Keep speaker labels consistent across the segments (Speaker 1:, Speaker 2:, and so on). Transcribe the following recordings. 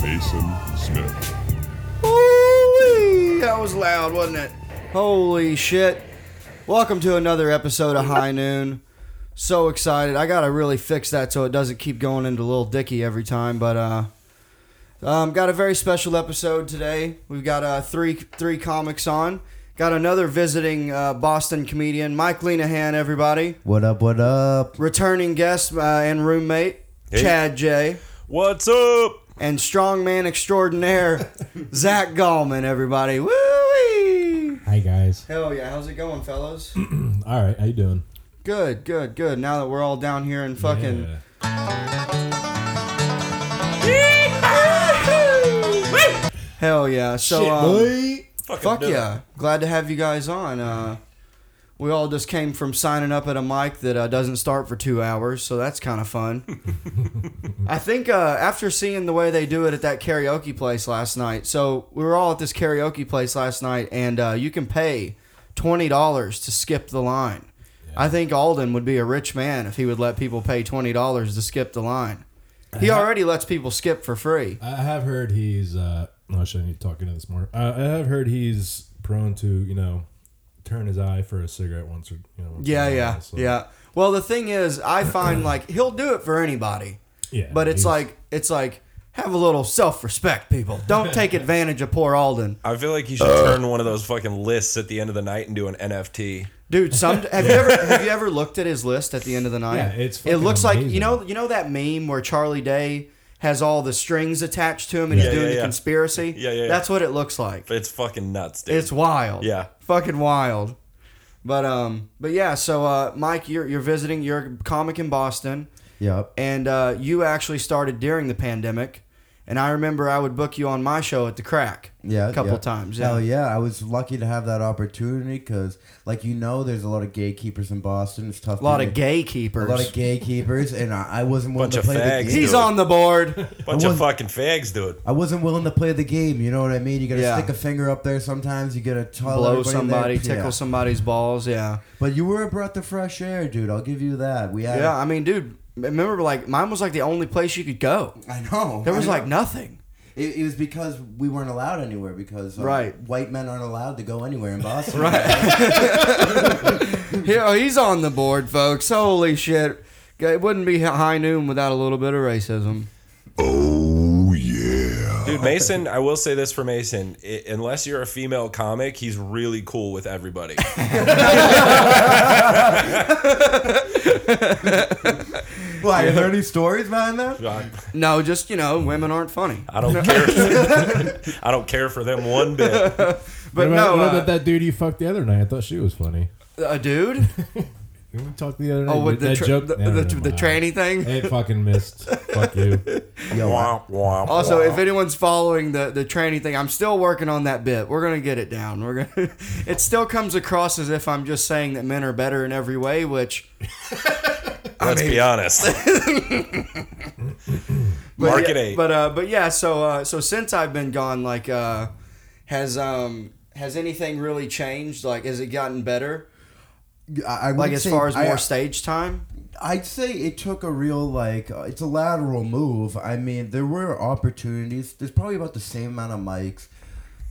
Speaker 1: Jason Smith.
Speaker 2: Holy, that was loud, wasn't it? Holy shit. Welcome to another episode of High Noon. So excited. I got to really fix that so it doesn't keep going into Little Dicky every time, but uh um, got a very special episode today. We've got uh, three three comics on. Got another visiting uh, Boston comedian, Mike Lenahan, everybody.
Speaker 3: What up? What up?
Speaker 2: Returning guest uh, and roommate, Chad J.
Speaker 1: What's up?
Speaker 2: and strongman extraordinaire Zach Gallman, everybody. Woo!
Speaker 4: Hi guys.
Speaker 2: Hell yeah! How's it going, fellas?
Speaker 4: All right, how you doing?
Speaker 2: good, good, good. Now that we're all down here in fucking
Speaker 4: Yeah.
Speaker 2: hell yeah. So um,
Speaker 4: Boy.
Speaker 1: Fucking
Speaker 2: fuck
Speaker 1: do it.
Speaker 2: yeah! Glad to have you guys on. Uh, we all just came from signing up at a mic that uh, doesn't start for two hours, so that's kind of fun. I think uh, after seeing the way they do it at that karaoke place last night, so we were all at this karaoke place last night, and uh, you can pay twenty dollars to skip the line. I think Alden would be a rich man if he would let people pay twenty dollars to skip the line. He already lets people skip for free.
Speaker 4: I have heard he's. uh Oh shit! I need to talk into this more. Uh, I have heard he's prone to you know turn his eye for a cigarette once or you know. once in
Speaker 2: Yeah,
Speaker 4: a while,
Speaker 2: yeah,
Speaker 4: so-
Speaker 2: yeah. Well, the thing is, I find like he'll do it for anybody.
Speaker 4: Yeah,
Speaker 2: But it's
Speaker 4: he's-
Speaker 2: like it's like have a little self respect, people. Don't take advantage of poor Alden,
Speaker 1: I feel like you should
Speaker 2: Uh.
Speaker 1: turn one of those fucking lists at the end of the night and do an NFT.
Speaker 2: dude. Some have you ever have you ever looked at his list at the end of the night?
Speaker 4: Yeah, it's
Speaker 2: it
Speaker 4: fucking
Speaker 2: looks like you
Speaker 4: amazing.
Speaker 2: know you know that meme where Charlie Day has all the strings attached to him and he's
Speaker 1: Yeah,
Speaker 2: doing
Speaker 1: yeah,
Speaker 2: the
Speaker 1: yeah.
Speaker 2: conspiracy.
Speaker 1: Yeah, yeah, yeah.
Speaker 2: That's what it looks like.
Speaker 1: It's fucking nuts, dude.
Speaker 2: It's wild.
Speaker 1: Yeah.
Speaker 2: Fucking wild. But um, but yeah. So uh, Mike, you're you're visiting. You're a comic in Boston.
Speaker 3: Yep.
Speaker 2: and uh, you actually started during the pandemic. And I remember I would book you on my show at the Crack,
Speaker 3: Yeah.
Speaker 2: a couple
Speaker 3: yeah.
Speaker 2: times.
Speaker 3: Hell yeah! I was lucky to have that opportunity because, like you know, there's a lot of gatekeepers in Boston. It's tough.
Speaker 2: a lot
Speaker 3: to
Speaker 2: of
Speaker 3: get-
Speaker 2: gatekeepers.
Speaker 3: A lot of gatekeepers, and I, I wasn't willing
Speaker 1: Bunch
Speaker 3: to
Speaker 1: of
Speaker 3: play
Speaker 1: fags,
Speaker 3: the game.
Speaker 2: He's on the board.
Speaker 1: Bunch
Speaker 3: I
Speaker 1: of
Speaker 3: was-
Speaker 1: fucking fags do it.
Speaker 3: I wasn't willing to play the game. You know what I mean? You gotta
Speaker 2: Yeah.
Speaker 3: stick a finger up there sometimes. You gotta tell
Speaker 2: Blow
Speaker 3: everybody there-
Speaker 2: somebody, tickle
Speaker 3: yeah.
Speaker 2: somebody's balls. Yeah,
Speaker 3: But you were a breath of fresh air, dude. I'll give you that. We had.
Speaker 2: yeah. I mean, dude, remember like mine was like the only place you could go.
Speaker 3: I know.
Speaker 2: There
Speaker 3: I
Speaker 2: was
Speaker 3: know.
Speaker 2: like nothing.
Speaker 3: It, it was because we weren't allowed anywhere because uh,
Speaker 2: Right.
Speaker 3: white men aren't allowed to go anywhere in Boston.
Speaker 2: Yeah, oh, he's on the board, folks. Holy shit! It wouldn't be high noon without a little bit of racism.
Speaker 1: Dude, Mason, I will say this for Mason. I unless you're a female comic, he's really cool with everybody.
Speaker 3: Why? Are there any stories behind that?
Speaker 1: I,
Speaker 2: No, just you know, women aren't funny.
Speaker 1: I don't care. I don't care for them one bit.
Speaker 2: But
Speaker 4: what
Speaker 2: no,
Speaker 4: about, what
Speaker 2: uh,
Speaker 4: about that dude you fucked the other night? I thought she was funny.
Speaker 2: a dude.
Speaker 4: We talked the other night.
Speaker 2: Oh, with the
Speaker 4: that
Speaker 2: tra-
Speaker 4: joke,
Speaker 2: the,
Speaker 4: no, no,
Speaker 2: the,
Speaker 4: no,
Speaker 2: the
Speaker 4: wow.
Speaker 2: tranny thing.
Speaker 4: It fucking missed. Fuck you.
Speaker 3: Yo, I-
Speaker 1: Womp, womp,
Speaker 2: Also,
Speaker 1: womp.
Speaker 2: if anyone's following the the tranny thing, I'm still working on that bit. We're gonna get it down. We're gonna. It still comes across as if I'm just saying that men are better in every way, which
Speaker 1: let's be honest. Market
Speaker 2: yeah,
Speaker 1: eight.
Speaker 2: But uh, but yeah. So uh, so since I've been gone, like, uh, has um has anything really changed? Like, has it gotten better?
Speaker 3: I, I
Speaker 2: Like,
Speaker 3: would
Speaker 2: as
Speaker 3: say-
Speaker 2: far as
Speaker 3: I- uh,
Speaker 2: more stage time.
Speaker 3: I'd say it took a real like uh, it's a lateral move. I mean, there were opportunities. There's probably about the same amount of mics,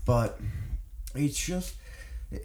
Speaker 3: but it's just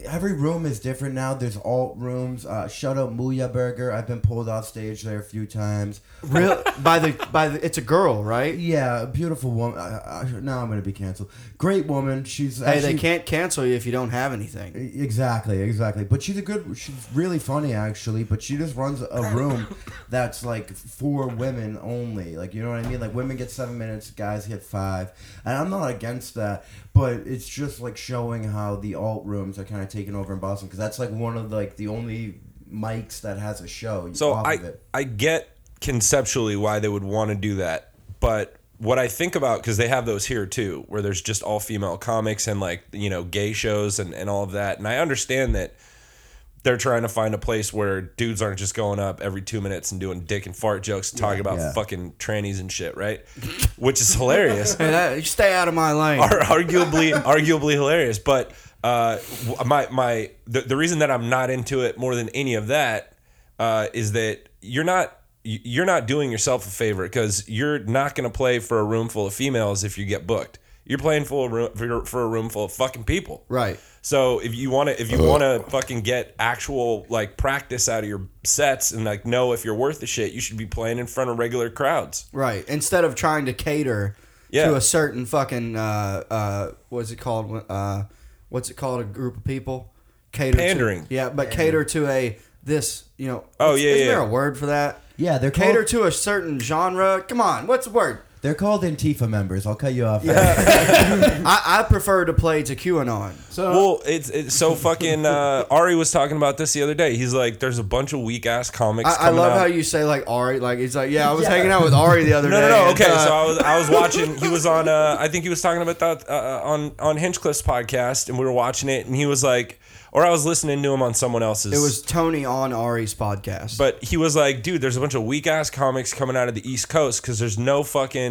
Speaker 3: every room is different now. There's alt rooms. Uh, shout out Muya Burger. I've been pulled off stage there a few times.
Speaker 2: Really, by the by the, it's a girl, right?
Speaker 3: Yeah, a beautiful woman. Uh, uh, now I'm gonna be canceled. Great woman. She's
Speaker 2: Hey,
Speaker 3: actually-
Speaker 2: they can't cancel you if you don't have anything.
Speaker 3: Exactly, exactly. But she's a good. She's really funny, actually. But she just runs a room that's like for women only. Like you know what I mean? Like women get seven minutes, guys get five. And I'm not against that, but it's just like showing how the alt rooms are kind of taking over in Boston because that's like one of like the only mics that has a show.
Speaker 1: So
Speaker 3: off
Speaker 1: I
Speaker 3: of it.
Speaker 1: I get conceptually why they would want to do that, but what I think about because they have those here too, where there's just all female comics and like you know gay shows and and all of that, and I understand that they're trying to find a place where dudes aren't just going up every two minutes and doing dick and fart jokes, and talking about
Speaker 3: yeah.
Speaker 1: fucking trannies and shit, right? Which is hilarious
Speaker 2: Hey, that, stay out of my lane.
Speaker 1: are arguably arguably hilarious. But uh, w- my my the, the reason that I'm not into it more than any of that uh, is that you're not. y- you're not doing yourself a favor because you're not going to play for a room full of females if you get booked. You're playing full of room, for, for a room full of fucking people.
Speaker 2: Right.
Speaker 1: So if you want to, if you want to fucking get actual like practice out of your sets and like know if you're worth the shit, you should be playing in front of regular crowds.
Speaker 2: Right. Instead of trying to cater
Speaker 1: Yeah.
Speaker 2: to a certain fucking uh uh what's it called uh what's it called a group of people cater
Speaker 1: Pandering.
Speaker 2: To, yeah, but cater to a this you know.
Speaker 1: Oh,
Speaker 2: is-
Speaker 1: yeah,
Speaker 2: Is there
Speaker 1: yeah.
Speaker 2: a word for that?
Speaker 3: Yeah, they're
Speaker 2: Cater
Speaker 3: called,
Speaker 2: to a certain genre. Come on, what's the word?
Speaker 3: they're called Antifa members. I'll cut you off.
Speaker 2: I, I prefer to play to QAnon.
Speaker 4: So
Speaker 1: Well, it's, it's so fucking. Uh, Ari was talking about this the other day. He's like, "There's a bunch of weak ass comics."
Speaker 2: I, I
Speaker 1: coming
Speaker 2: love
Speaker 1: out.
Speaker 2: how you say like Ari. Like he's like, yeah, I was hanging out with Ari the other
Speaker 1: No,
Speaker 2: day.
Speaker 1: no, no.
Speaker 2: and,
Speaker 1: Okay,
Speaker 2: uh,
Speaker 1: so I was I was watching. He was on. Uh, I think he was talking about that uh, on on Hinchcliffe's podcast, and we were watching it, and he was like, or I was listening to him on someone else's.
Speaker 2: it was Tony on Ari's podcast.
Speaker 1: but he was like, dude, there's a bunch of weak ass comics coming out of the East Coast because there's no fucking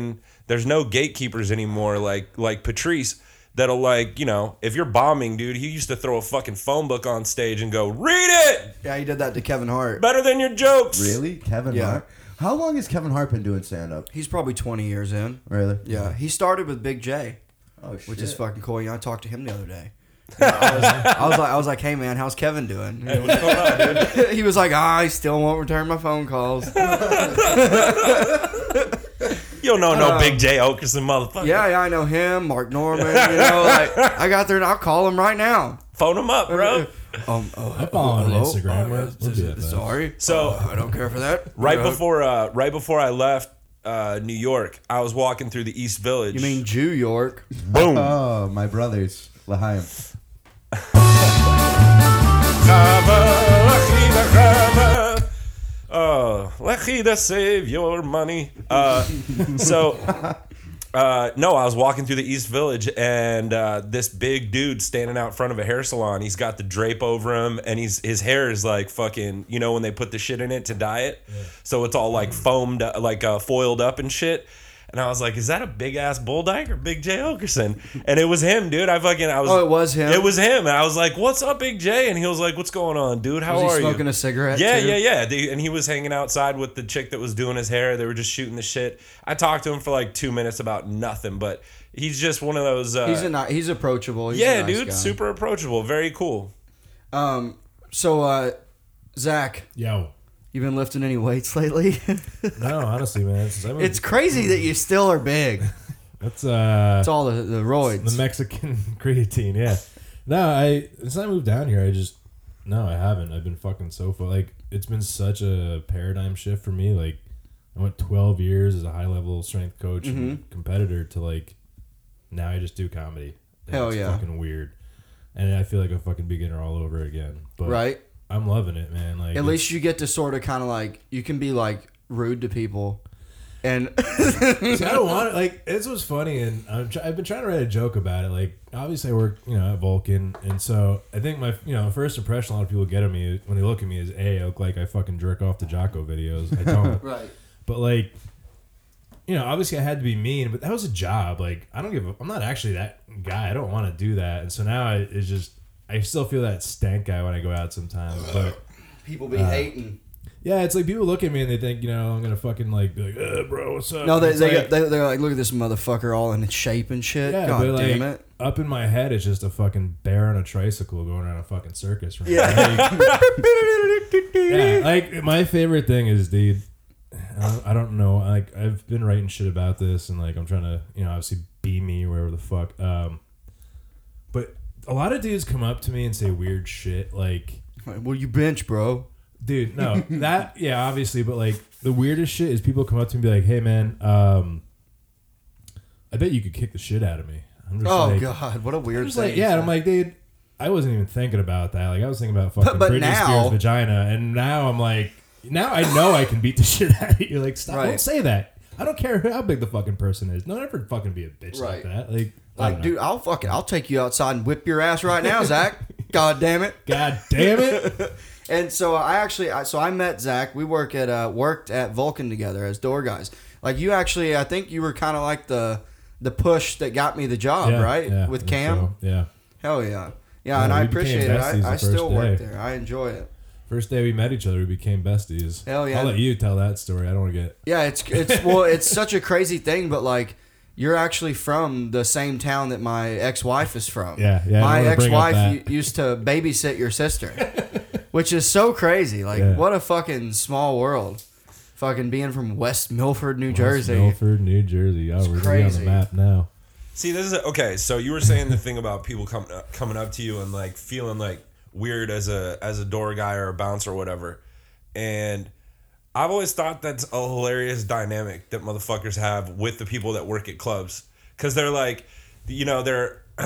Speaker 1: there's no gatekeepers anymore. Like like Patrice. That'll like you know if you're bombing, dude. He used to throw a fucking phone book on stage and go, "Read it,
Speaker 2: yeah, he did that to Kevin Hart.
Speaker 1: better than your jokes."
Speaker 3: really, Kevin
Speaker 2: Yeah.
Speaker 3: Hart? How long has Kevin Hart been doing stand up?
Speaker 2: He's probably twenty years in.
Speaker 3: Really?
Speaker 2: Yeah, he started with Big J.
Speaker 3: Oh shit.
Speaker 2: which is fucking cool. You know, I talked to him the other day. I, was, I was like, I was like, hey man, how's Kevin doing? he was like, "Ah, I still won't return my phone calls. yeah,
Speaker 1: You don't know no
Speaker 2: Uh,
Speaker 1: Big J Okerson, motherfucker.
Speaker 2: yeah, I know him, Mark Norman. You know, like I got there and I'll call him right now.
Speaker 1: phone him up, bro.
Speaker 2: Um, oh,
Speaker 4: I follow him on
Speaker 2: hello?
Speaker 4: Instagram.
Speaker 2: Oh,
Speaker 4: We'll-
Speaker 2: yeah,
Speaker 4: we'll do that, man.
Speaker 2: sorry,
Speaker 1: So
Speaker 2: I don't care for that.
Speaker 1: right
Speaker 2: Uh,
Speaker 1: before uh, right before I left uh, New York, I was walking through the East Village.
Speaker 2: you mean Jew York?
Speaker 1: boom?
Speaker 3: Oh, my brothers, Lahaim.
Speaker 1: Oh, lucky to save your money. Uh, so, uh, no, I was walking through the East Village, and uh, this big dude standing out front of a hair salon. He's got the drape over him, and he's his hair is like fucking. You know when they put the shit in it to dye it, so it's all like foamed, uh, like uh, foiled up and shit. And I was like, "Is that a big ass bull dyke or Big J Okerson?" And it was him, dude. I fucking, I was.
Speaker 2: Oh, it was him?
Speaker 1: It was was him. And I was like, "What's up, Big J?" And he was like, "What's going on, dude? How
Speaker 2: Was
Speaker 1: are
Speaker 2: he smoking
Speaker 1: you?"
Speaker 2: a cigarette?
Speaker 1: yeah,
Speaker 2: too?
Speaker 1: yeah, yeah. They- and he was hanging outside with the chick that was doing his hair. They were just shooting the shit. I talked to him for like two minutes about nothing, but he's just one of those. Uh,
Speaker 2: He's a ni- he's approachable. He's a
Speaker 1: yeah,
Speaker 2: nice
Speaker 1: dude,
Speaker 2: guy.
Speaker 1: super approachable, very cool.
Speaker 2: Um, so uh, Zach,
Speaker 4: yo,
Speaker 2: you been lifting any weights lately?
Speaker 4: no, honestly, man, since I've been-
Speaker 2: It's crazy that you still are big.
Speaker 4: that's uh,
Speaker 2: It's all the, the
Speaker 4: the
Speaker 2: roids.
Speaker 4: Mexican creatine. Yeah, no, I since I moved down here, I just no, I haven't. I've been fucking so far. Like it's been such a paradigm shift for me. Like I went twelve years as a high level strength coach
Speaker 2: Mm-hmm.
Speaker 4: and competitor to like now I just do comedy. And
Speaker 2: Hell
Speaker 4: it's
Speaker 2: yeah.
Speaker 4: fucking weird. And I feel like a fucking beginner all over again. But
Speaker 2: Right?
Speaker 4: I'm loving it, man. Like
Speaker 2: At
Speaker 4: it's-
Speaker 2: least you get to sort of kind of like, you can be like rude to people. And
Speaker 4: See, I don't want it. Like this was funny, and I'm try- I've been trying to write a joke about it. Like obviously, I work you know at Vulcan, and so I think my you know first impression a lot of people get of me when they look at me is a I look like I fucking jerk off to Jocko videos. I don't.
Speaker 2: right.
Speaker 4: But like, you know, obviously I had to be mean, but that was a job. Like, I don't give. a I'm not actually that guy. I don't want to do that. And so now I, it's just I still feel that stank guy when I go out sometimes. But
Speaker 2: People be hating.
Speaker 4: yeah, it's like people look at me and they think you know I'm gonna fucking like be like, "Uh, bro, what's up?
Speaker 2: No, they,
Speaker 4: It's
Speaker 2: they,
Speaker 4: like-
Speaker 2: they, they're like, look at this motherfucker all in shape and shit.
Speaker 4: Yeah,
Speaker 2: God
Speaker 4: but like
Speaker 2: damn it.
Speaker 4: up in my head, it's just a fucking bear on a tricycle going around a fucking circus. Right? yeah, like my favorite thing is the. I don't- I don't know. Like I've been writing shit about this, and like I'm trying to, you know, obviously be me or whatever the fuck. Um, but a lot of dudes come up to me and say weird shit, like,
Speaker 2: Like, Well, you bench, bro.
Speaker 4: dude no that yeah obviously but like the weirdest shit is people come up to me and be like hey man um i bet you could kick the shit out of me i'm just
Speaker 2: Oh,
Speaker 4: like
Speaker 2: God. What a
Speaker 4: I'm
Speaker 2: weird
Speaker 4: just
Speaker 2: thing.
Speaker 4: like
Speaker 2: to
Speaker 4: yeah and
Speaker 2: say.
Speaker 4: i'm like dude i wasn't even thinking about that like i was thinking about fucking
Speaker 2: but
Speaker 4: britney
Speaker 2: now-
Speaker 4: spears vagina and now i'm like now i know i can beat the shit out of you like stop
Speaker 2: Right.
Speaker 4: don't say that i don't care how big the fucking person is don't ever fucking be a bitch
Speaker 2: Right.
Speaker 4: like that like I
Speaker 2: Like,
Speaker 4: don't know.
Speaker 2: dude, I'll fucking, I'll take you outside and whip your ass right now, Zach. God damn it.
Speaker 4: god damn it
Speaker 2: And so I actually, I, so I met Zach. We work at uh, worked at Vulcan together as door guys. Like you actually, I think you were kind of like the the push that got me the job,
Speaker 4: Yeah,
Speaker 2: right?
Speaker 4: yeah,
Speaker 2: With
Speaker 4: and
Speaker 2: Cam.
Speaker 4: so, yeah
Speaker 2: Hell yeah, yeah.
Speaker 4: Yeah,
Speaker 2: and I
Speaker 4: we became
Speaker 2: appreciate it.
Speaker 4: besties the
Speaker 2: I, I
Speaker 4: first
Speaker 2: still work
Speaker 4: day.
Speaker 2: there. I enjoy it.
Speaker 4: First day we met each other, we became besties.
Speaker 2: Hell yeah.
Speaker 4: I'll let you tell that story. I don't want to get.
Speaker 2: Yeah, it's it's well, it's such a crazy thing, but like you're actually from the same town that my ex-wife is from.
Speaker 4: Yeah, yeah, I
Speaker 2: My
Speaker 4: wanna bring up
Speaker 2: ex-wife
Speaker 4: that.
Speaker 2: u- used to babysit your sister, which is so crazy. Like,
Speaker 4: Yeah.
Speaker 2: what a fucking small world. Fucking being from West Milford, New Jersey.
Speaker 4: Milford, New Jersey. Oh, we're really on the
Speaker 2: crazy.
Speaker 4: map now.
Speaker 1: See, this is okay. So you were saying the thing about people coming up, coming up to you and like feeling like weird as a as a door guy or a bouncer or whatever, and I've always thought that's a hilarious dynamic that motherfuckers have with the people that work at clubs because they're like, you know, they're.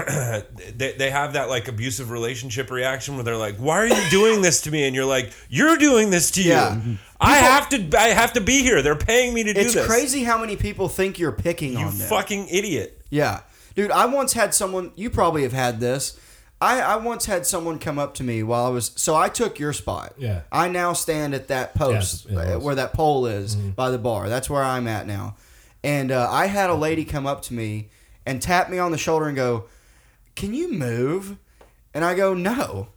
Speaker 1: they, they have that like abusive relationship reaction where they're like why are you doing this to me and you're like you're doing this to you
Speaker 2: Yeah.
Speaker 1: i have to i have to be here they're paying me to do
Speaker 2: It's
Speaker 1: this
Speaker 2: crazy how many people think you're picking
Speaker 1: you
Speaker 2: on them.
Speaker 1: fucking idiot
Speaker 2: Yeah. Dude, I once had someone, you probably have had this. I, I once had someone come up to me while I was, so I took your spot.
Speaker 4: Yeah.
Speaker 2: I now stand at that post
Speaker 4: Yeah, it's- it
Speaker 2: uh,
Speaker 4: was.
Speaker 2: where that pole is by the bar. That's where I'm at now. And uh, I had a lady come up to me and tap me on the shoulder and go, Can you move? And I go, No.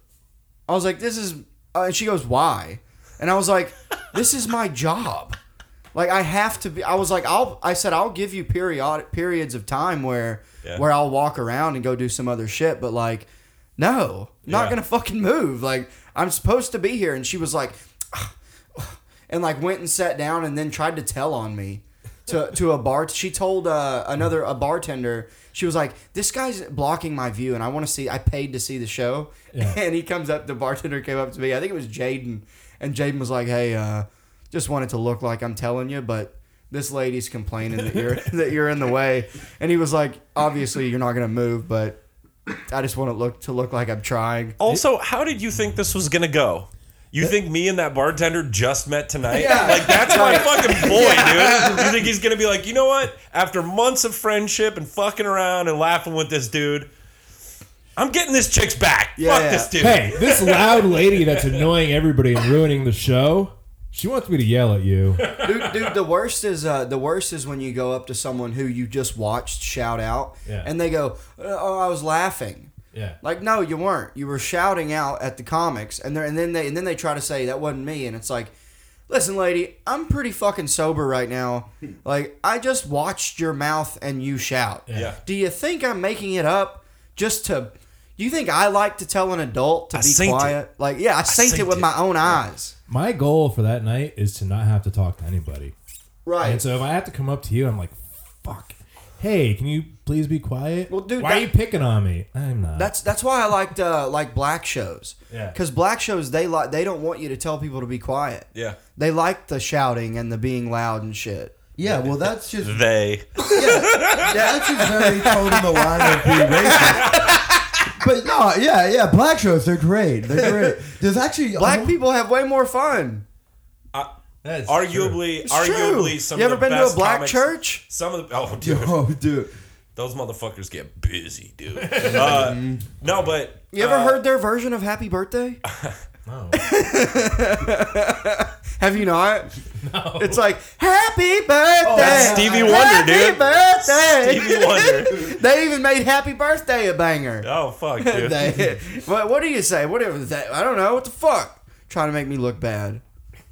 Speaker 2: I was like, This is, uh, and she goes, Why? And I was like, This is my job. Like I have to be. I was like, I'll. I said I'll give you period periods of time where
Speaker 1: Yeah.
Speaker 2: where I'll walk around and go do some other shit. But like, no, I'm not
Speaker 1: Yeah.
Speaker 2: gonna fucking move. Like I'm supposed to be here. And she was like, and like went and sat down and then tried to tell on me to to a bar. She told uh, another a bartender. She was like, "This guy's blocking my view, and I want to see. I paid to see the show."
Speaker 4: Yeah.
Speaker 2: And he comes up. The bartender came up to me. I think it was Jaden, and Jaden was like, "Hey, uh, just wanted to look like I'm telling you, but." This lady's complaining that you're that you're in the way, and he was like, "Obviously, you're not gonna move, but I just want to look to look like I'm trying."
Speaker 1: Also, how did you think this was gonna go? You think me and that bartender just met tonight?
Speaker 2: Yeah.
Speaker 1: Like that's my fucking boy, dude. You think he's gonna be like, you know what? After months of friendship and fucking around and laughing with this dude, I'm getting this chick's back.
Speaker 2: Yeah,
Speaker 1: Fuck
Speaker 2: yeah.
Speaker 1: this dude.
Speaker 4: Hey, this loud lady that's annoying everybody and ruining the show. She wants me to yell at you.
Speaker 2: dude, dude, the worst is uh, the worst is when you go up to someone who you just watched shout out,
Speaker 4: Yeah.
Speaker 2: and they go, "Oh, I was laughing."
Speaker 4: Yeah.
Speaker 2: Like, no, you weren't. You were shouting out at the comics, and they and then they and then they try to say that wasn't me, and it's like, listen, lady, I'm pretty fucking sober right now. Like, I just watched your mouth and you shout.
Speaker 1: Yeah.
Speaker 2: Do you think I'm making it up just to? Do you think I like to tell an adult to
Speaker 1: I
Speaker 2: be
Speaker 1: synced
Speaker 2: quiet? Like, yeah, I synced it
Speaker 1: synced
Speaker 2: with
Speaker 1: it.
Speaker 2: my own eyes.
Speaker 4: My goal for that night is to not have to talk to anybody.
Speaker 2: Right.
Speaker 4: And so if I have to come up to you, I'm like, fuck. Hey, can you please be quiet?
Speaker 2: Well, dude,
Speaker 4: why
Speaker 2: that-
Speaker 4: are you picking on me? I'm not.
Speaker 2: That's that's why I liked uh, like black shows.
Speaker 4: Yeah.
Speaker 2: Because black shows they like they don't want you to tell people to be quiet.
Speaker 1: Yeah.
Speaker 2: They like the shouting and the being loud and shit.
Speaker 3: Yeah, well, that's just
Speaker 1: They.
Speaker 3: that's just very toting the line of being racist. But no, yeah, yeah, black shows they're great. They're great. There's actually oh,
Speaker 2: Black
Speaker 1: Oh.
Speaker 2: people have way more fun.
Speaker 4: That's
Speaker 1: Arguably,
Speaker 2: It's
Speaker 1: arguably,
Speaker 2: true.
Speaker 1: some
Speaker 2: you
Speaker 1: of
Speaker 2: ever
Speaker 1: the
Speaker 2: been to
Speaker 1: best
Speaker 2: a black
Speaker 1: comics-
Speaker 2: church?
Speaker 1: Some of the oh, dude,
Speaker 3: Yo, dude.
Speaker 1: those motherfuckers get busy, dude. Uh, no, but
Speaker 2: You ever
Speaker 1: uh,
Speaker 2: heard their version of Happy Birthday?
Speaker 4: No.
Speaker 2: Have you not? No. It's like Happy Birthday. that's
Speaker 1: Oh, Stevie Wonder, dude.
Speaker 2: Happy Birthday.
Speaker 1: Stevie Wonder.
Speaker 2: they even made Happy Birthday a banger.
Speaker 1: Oh fuck, dude.
Speaker 2: They- what, what do you say? Whatever. That, I don't know. What the fuck? Trying to make me look bad.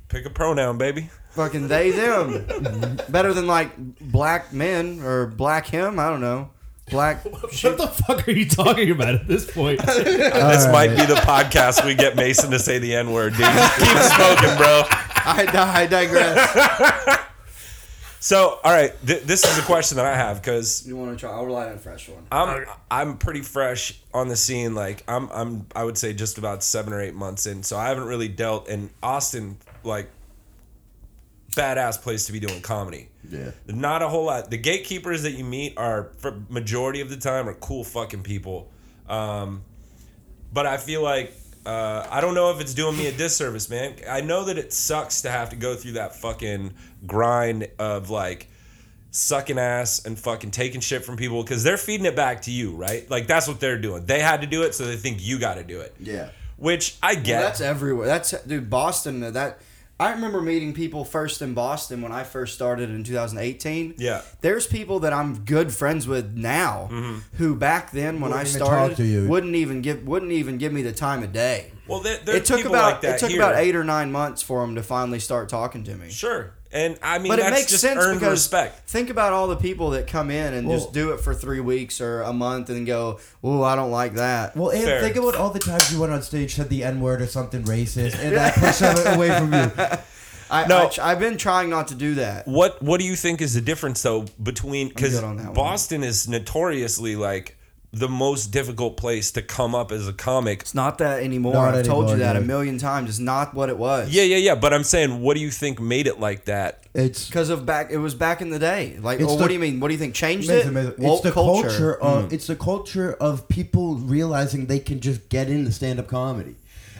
Speaker 1: Pick a pronoun, baby.
Speaker 2: Fucking they them. Better than like black men or black him. I don't know. Black.
Speaker 4: What the fuck are you talking about at this point?
Speaker 1: This might be the podcast we get Mason to say the N word, dude. Keep smoking, bro.
Speaker 2: I, di- I digress.
Speaker 1: So, all right, th- this is a question that I have because
Speaker 2: You want to try? I'll rely on a fresh one.
Speaker 1: I'm I'm pretty fresh on the scene. Like I'm I'm I would say just about seven or eight months in, so I haven't really dealt in Austin like badass place to be doing comedy.
Speaker 3: Yeah.
Speaker 1: Not a whole lot. The gatekeepers that you meet are for majority of the time are cool fucking people. Um, but I feel like uh, I don't know if it's doing me a disservice, man. I know that it sucks to have to go through that fucking grind of like sucking ass and fucking taking shit from people because they're feeding it back to you, right? Like that's what they're doing. They had to do it, so they think you got to do it.
Speaker 3: Yeah.
Speaker 1: Which I get.
Speaker 2: That's everywhere. That's dude. Boston. uh, That I remember meeting people first in Boston when I first started in 2018.
Speaker 1: Yeah.
Speaker 2: There's people that I'm good friends with
Speaker 1: Mm-hmm.
Speaker 2: now who back then when I
Speaker 3: Wouldn't even talk
Speaker 2: started
Speaker 3: to you.
Speaker 2: wouldn't even give wouldn't even give me the time of day.
Speaker 1: Well, there, there
Speaker 2: It took
Speaker 1: people
Speaker 2: about
Speaker 1: like that
Speaker 2: it took
Speaker 1: here.
Speaker 2: about eight or nine months for him to finally start talking to me.
Speaker 1: Sure, and I mean
Speaker 2: but
Speaker 1: that's
Speaker 2: it makes
Speaker 1: just
Speaker 2: sense
Speaker 1: earned
Speaker 2: because
Speaker 1: respect.
Speaker 2: think about all the people that come in and just
Speaker 3: Well-
Speaker 2: do it for three weeks or a month and go, "Oh, I don't like that."
Speaker 3: Well, and
Speaker 1: Fair.
Speaker 3: think about all the times you went on stage, said the N word or something racist, and that pushed them away from you.
Speaker 2: I,
Speaker 1: No.
Speaker 2: I, have been trying not to do that.
Speaker 1: What What do you think is the difference though between because
Speaker 2: good on that one.
Speaker 1: Boston is notoriously like the most difficult place to come up as a comic.
Speaker 2: It's not that anymore.
Speaker 3: Not
Speaker 2: I've told you
Speaker 3: anymore,
Speaker 2: that a
Speaker 3: dude.
Speaker 2: million times. It's not what it was.
Speaker 1: Yeah, yeah, yeah. But I'm saying, what do you think made it like that?
Speaker 3: It's
Speaker 2: Because of back, it was back in the day. Like,
Speaker 3: It's
Speaker 2: oh,
Speaker 3: the-
Speaker 2: what do you mean? What do you think changed
Speaker 3: It's
Speaker 2: it?
Speaker 3: amazing. It's
Speaker 2: Woke
Speaker 3: the culture. of,
Speaker 2: Hmm.
Speaker 3: It's the culture of people realizing they can just get into stand-up comedy.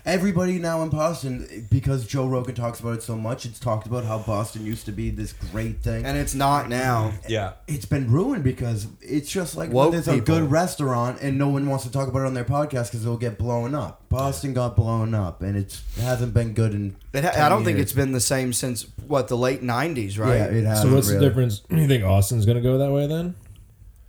Speaker 3: Everybody now in Boston, because Joe Rogan talks about it so much, it's talked about how Boston used to be this great thing.
Speaker 2: and it's not now.
Speaker 1: Yeah,
Speaker 3: it's been ruined because it's just like
Speaker 2: Woke
Speaker 3: there's
Speaker 2: people.
Speaker 3: a good restaurant and no one wants to talk about it on their podcast because it'll get blown up. Boston got blown up and it's, it hasn't been good in.
Speaker 2: It ha- I don't think it's been the same since what the late '90s, right?
Speaker 3: Yeah, it hasn't.
Speaker 4: So what's
Speaker 3: really.
Speaker 4: the difference? You think Austin's gonna go that way then?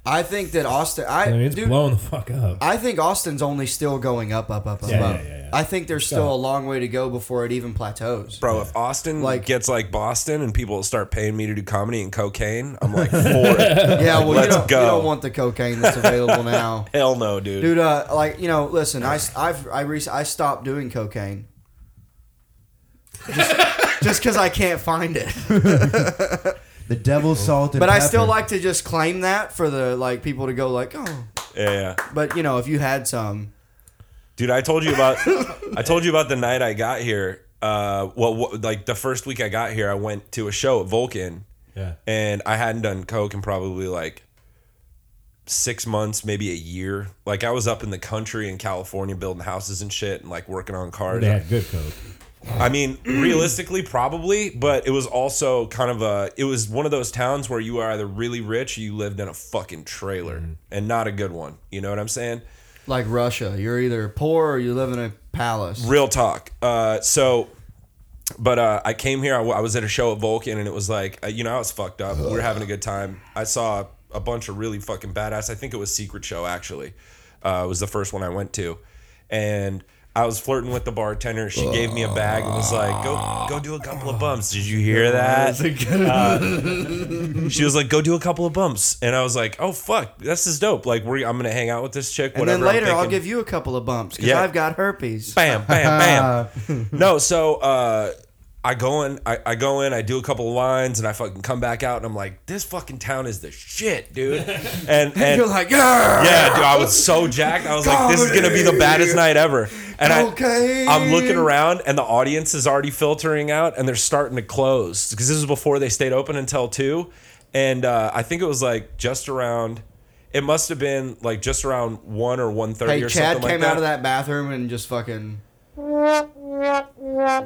Speaker 2: I think that Austin. I,
Speaker 4: I mean, it's
Speaker 2: dude,
Speaker 4: blowing the fuck up.
Speaker 2: I think Austin's only still going up, up, up, up,
Speaker 4: Yeah,
Speaker 2: up.
Speaker 4: yeah, yeah, yeah.
Speaker 2: I think there's
Speaker 4: Go.
Speaker 2: still a long way to go before it even plateaus.
Speaker 1: bro. If Austin
Speaker 2: Like-
Speaker 1: like gets like Boston and people start paying me to do comedy and cocaine, I'm like for it.
Speaker 2: Yeah, well, you
Speaker 1: Let's
Speaker 2: don't,
Speaker 1: go.
Speaker 2: you don't want the cocaine that's available now,
Speaker 1: Hell no, dude.
Speaker 2: dude. Uh, like you know, listen, I I've, I rec- I stopped doing cocaine. Just because I can't find it,
Speaker 3: The devil's salt and
Speaker 2: but I still
Speaker 3: pepper.
Speaker 2: like to just claim that for the like people to go like, oh,
Speaker 1: Yeah, yeah.
Speaker 2: but you know, if you had some,
Speaker 1: dude i told you about i told you about the night i got here uh well wh- like the first week i got here i went to a show at vulcan
Speaker 4: yeah.
Speaker 1: and i hadn't done coke in probably like six months maybe a year like i was up in the country in california building houses and shit and like working on cars
Speaker 4: They had good coke.
Speaker 1: I mean, realistically, probably, but it was also kind of a. It was one of those towns where you are either really rich or you lived in a fucking trailer, and not a good one. You know what I'm saying?
Speaker 2: like Russia, you're either poor or you live in a palace.
Speaker 1: Real talk. Uh, so, but uh, I came here. I, w- I was at a show at Vulcan, and it was like, uh, you know, I was fucked up. We were having a good time. I saw a bunch of really fucking badass. I think it was Secret Show actually. Uh, was the first one I went to, and I was flirting with the bartender. She gave me a bag and was like, "Go, go do a couple of bumps." Did you hear that? Uh, she was like, "Go do a couple of bumps," and I was like, "Oh fuck, this is dope. Like, we're, I'm gonna hang out with this chick.
Speaker 2: And
Speaker 1: Whatever."
Speaker 2: then later,
Speaker 1: I'm
Speaker 2: I'll
Speaker 1: thinking."
Speaker 2: give you a couple of bumps because
Speaker 1: Yeah.
Speaker 2: I've got herpes.
Speaker 1: bam, bam, bam. no, so uh, I go in, I, I go in, I do a couple of lines, and I fucking come back out, and I'm like, this fucking town is the shit, dude. And and
Speaker 2: You're like, yeah,
Speaker 1: yeah, dude, I was so jacked. I was like, this is gonna be the baddest night ever. And
Speaker 2: Cocaine.
Speaker 1: I, I'm looking around, and the audience is already filtering out, and they're starting to close because this is before they stayed open until two. And uh, I think it was like just around. It must have been like just around one or one thirty
Speaker 2: Hey,
Speaker 1: or
Speaker 2: Chad
Speaker 1: something
Speaker 2: came
Speaker 1: like that.
Speaker 2: out of that bathroom and just fucking.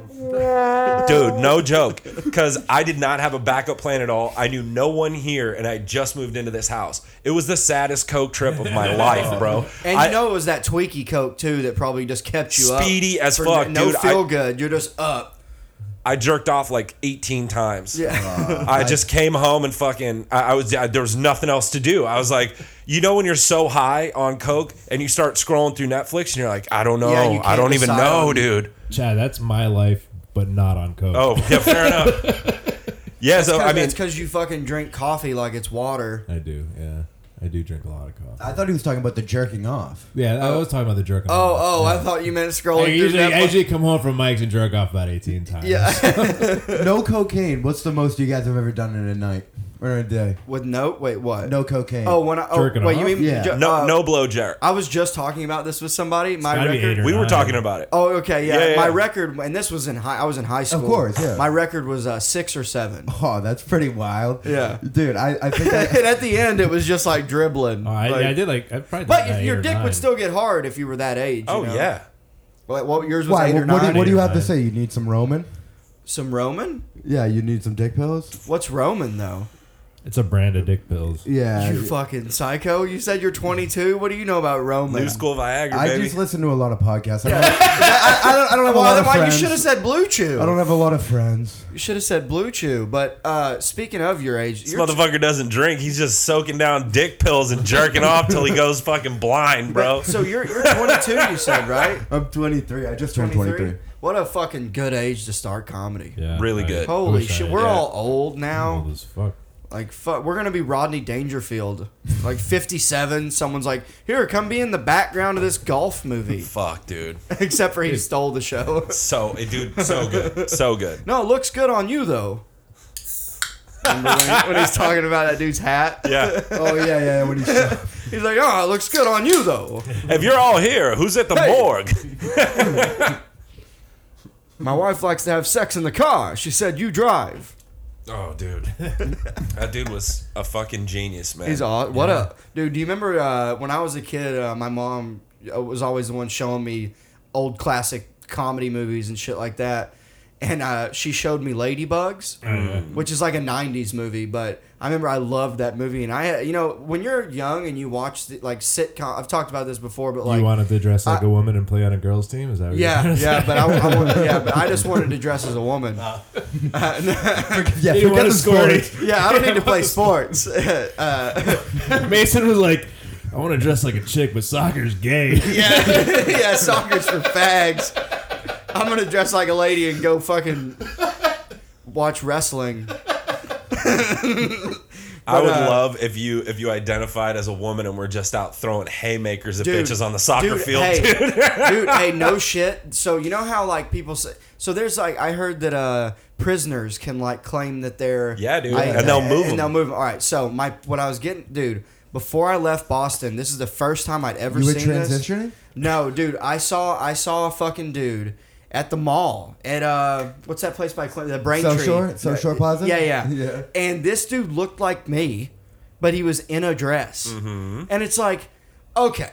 Speaker 1: Dude, no joke. Because I did not have a backup plan at all. I knew no one here, and I just moved into this house. It was the saddest coke trip of my life, bro.
Speaker 2: And
Speaker 1: I-
Speaker 2: you know it was that tweaky coke too that probably just kept you up.
Speaker 1: Speedy as
Speaker 2: for
Speaker 1: fuck,
Speaker 2: No
Speaker 1: dude. I-
Speaker 2: feel good. You're just up.
Speaker 1: I jerked off like 18 times.
Speaker 2: Yeah.
Speaker 1: I just came home and fucking. I, I was I, there was nothing else to do. I was like, you know, when you're so high on coke and you start scrolling through Netflix and you're like, I don't know,
Speaker 2: Yeah, you
Speaker 1: I
Speaker 2: can't
Speaker 1: don't even
Speaker 2: decide
Speaker 1: know,
Speaker 2: on-
Speaker 1: dude.
Speaker 4: Chad, that's my life, but not on coke.
Speaker 1: Oh, yeah, fair enough. Yeah, so I mean,
Speaker 2: it's because you fucking drink coffee like it's water.
Speaker 4: I do. Yeah, I do drink a lot of coffee.
Speaker 3: I thought he was talking about the jerking off.
Speaker 4: yeah, I was talking about the jerk off.
Speaker 2: Oh, oh, I thought you meant
Speaker 4: I
Speaker 2: scrolling through
Speaker 4: usually, I
Speaker 2: Netflix.
Speaker 4: usually come home from Mike's and jerk off about eighteen times.
Speaker 2: Yeah.
Speaker 3: No cocaine. What's the most you guys have ever done in a night or in a day?
Speaker 2: With no, wait, what?
Speaker 3: No cocaine.
Speaker 2: Oh, when I oh,
Speaker 4: Jerking
Speaker 2: wait, you
Speaker 4: off?
Speaker 2: mean
Speaker 3: Yeah.
Speaker 2: ju-
Speaker 1: no,
Speaker 2: uh,
Speaker 1: no blow jerk.
Speaker 2: I was just talking about this with somebody. My
Speaker 4: gotta be
Speaker 2: record.
Speaker 4: eight or
Speaker 1: We were
Speaker 4: nine.
Speaker 1: talking about it.
Speaker 2: Oh, okay, yeah.
Speaker 1: Yeah, yeah,
Speaker 2: my
Speaker 1: yeah.
Speaker 2: record, and this was in high. I was in high school.
Speaker 3: course, yeah.
Speaker 2: My record was uh, six or seven.
Speaker 3: Oh, that's pretty wild.
Speaker 2: Yeah.
Speaker 3: Dude, I, I think I,
Speaker 2: and at the end, it was just like dribbling.
Speaker 4: Oh, I,
Speaker 2: Like-
Speaker 4: yeah, I did like. I probably did
Speaker 2: But
Speaker 4: about
Speaker 2: if
Speaker 4: eight
Speaker 2: your
Speaker 4: or
Speaker 2: dick
Speaker 4: nine.
Speaker 2: would still get hard if you were that age. you
Speaker 1: Oh
Speaker 2: know?
Speaker 1: yeah.
Speaker 2: Like, well, yours was
Speaker 3: Why?
Speaker 2: eight or
Speaker 3: What, what do,
Speaker 2: nine.
Speaker 3: what do you have to
Speaker 4: Nine.
Speaker 3: say? You need some Roman?
Speaker 2: Some Roman?
Speaker 3: Yeah, you need some dick pills?
Speaker 2: What's Roman though?
Speaker 4: It's a brand of dick pills.
Speaker 3: Yeah.
Speaker 2: You fucking psycho! You said you're 22. What do you know about Roman?
Speaker 1: New school Viagra,
Speaker 3: I
Speaker 1: baby.
Speaker 3: just listen to a lot of podcasts. I don't, I, I don't, I don't have a
Speaker 2: Well,
Speaker 3: lot
Speaker 2: then
Speaker 3: of
Speaker 2: why you
Speaker 3: friends.
Speaker 2: should have said Blue Chew.
Speaker 3: I don't have a lot of friends.
Speaker 2: You should have said Blue Chew. But uh, speaking of your age,
Speaker 1: this
Speaker 2: you're
Speaker 1: motherfucker doesn't drink. He's just soaking down dick pills and jerking off till he goes fucking blind, bro.
Speaker 2: so you're you're 22. you said right?
Speaker 3: I'm 23. I just turned
Speaker 2: 23.
Speaker 3: 23.
Speaker 2: What a fucking good age to start comedy.
Speaker 4: Yeah.
Speaker 1: Really
Speaker 4: I-
Speaker 1: good.
Speaker 4: I
Speaker 2: Holy
Speaker 4: wish I
Speaker 2: shit,
Speaker 4: had-
Speaker 2: we're
Speaker 4: yeah.
Speaker 2: all old now.
Speaker 4: Old as fuck.
Speaker 2: Like fuck, we're gonna be Rodney Dangerfield, like 57. Someone's like, "Here, come be in the background of this golf movie,"
Speaker 1: Fuck, dude.
Speaker 2: except for he stole the show.
Speaker 1: So, eh, dude, so good, so good.
Speaker 2: No, it looks good on you though. Remember when, when he's talking about that dude's hat?
Speaker 1: Yeah.
Speaker 3: Oh yeah, yeah. yeah, When you show,
Speaker 2: He's like, "Oh, it looks good on you though."
Speaker 1: If you're all here, who's at the
Speaker 2: Hey.
Speaker 1: morgue?
Speaker 2: My wife likes to have sex in the car. She said, "You drive."
Speaker 1: Oh, dude. that dude was a fucking genius, man.
Speaker 2: He's all what up, dude? Do you remember uh, when I was a kid? Uh, my mom uh, was always the one showing me old classic comedy movies and shit like that, and uh, she showed me Ladybugs,
Speaker 3: Mm.
Speaker 2: which is like a '90s movie. But I remember I loved that movie, and I, you know, when you're young and you watch the, like sitcom, I've talked about this before, but like
Speaker 4: you wanted to dress like
Speaker 2: I-
Speaker 4: a woman and play on a girls' team? Is that what
Speaker 2: Yeah,
Speaker 4: you're
Speaker 2: yeah, but I, I want, yeah, but I just wanted to dress as a woman.
Speaker 3: Uh. yeah,
Speaker 4: He
Speaker 3: forget
Speaker 4: wanted
Speaker 3: the
Speaker 4: scoring.
Speaker 3: sports.
Speaker 2: Yeah, I don't need to play sports. uh,
Speaker 4: Mason was like, I want to dress like a chick, but soccer's gay.
Speaker 2: yeah, yeah, soccer's for fags. I'm gonna dress like a lady and go fucking watch wrestling.
Speaker 1: I would
Speaker 2: But, uh,
Speaker 1: love if you if you identified as a woman and were just out throwing haymakers at
Speaker 2: Dude,
Speaker 1: bitches on the soccer
Speaker 2: dude,
Speaker 1: field.
Speaker 2: hey,
Speaker 1: dude.
Speaker 2: dude, hey, no shit. So you know how like people say. So there's like I heard that uh prisoners can like claim that they're
Speaker 1: Yeah, dude, and they'll move 'em.
Speaker 2: and they'll move. 'em. All right, so my what I was getting, dude. Before I left Boston, this is the first time I'd ever
Speaker 3: You were
Speaker 2: seen this.
Speaker 3: transitioning.
Speaker 2: No, dude, I saw I saw a fucking dude at the mall at uh what's that place by Clinton? The Braintree.
Speaker 3: South Shore, South Shore Plaza.
Speaker 2: Yeah, yeah,
Speaker 3: yeah.
Speaker 2: And this dude looked like me, but he was in a dress.
Speaker 1: Mm-hmm.
Speaker 2: And it's like, okay,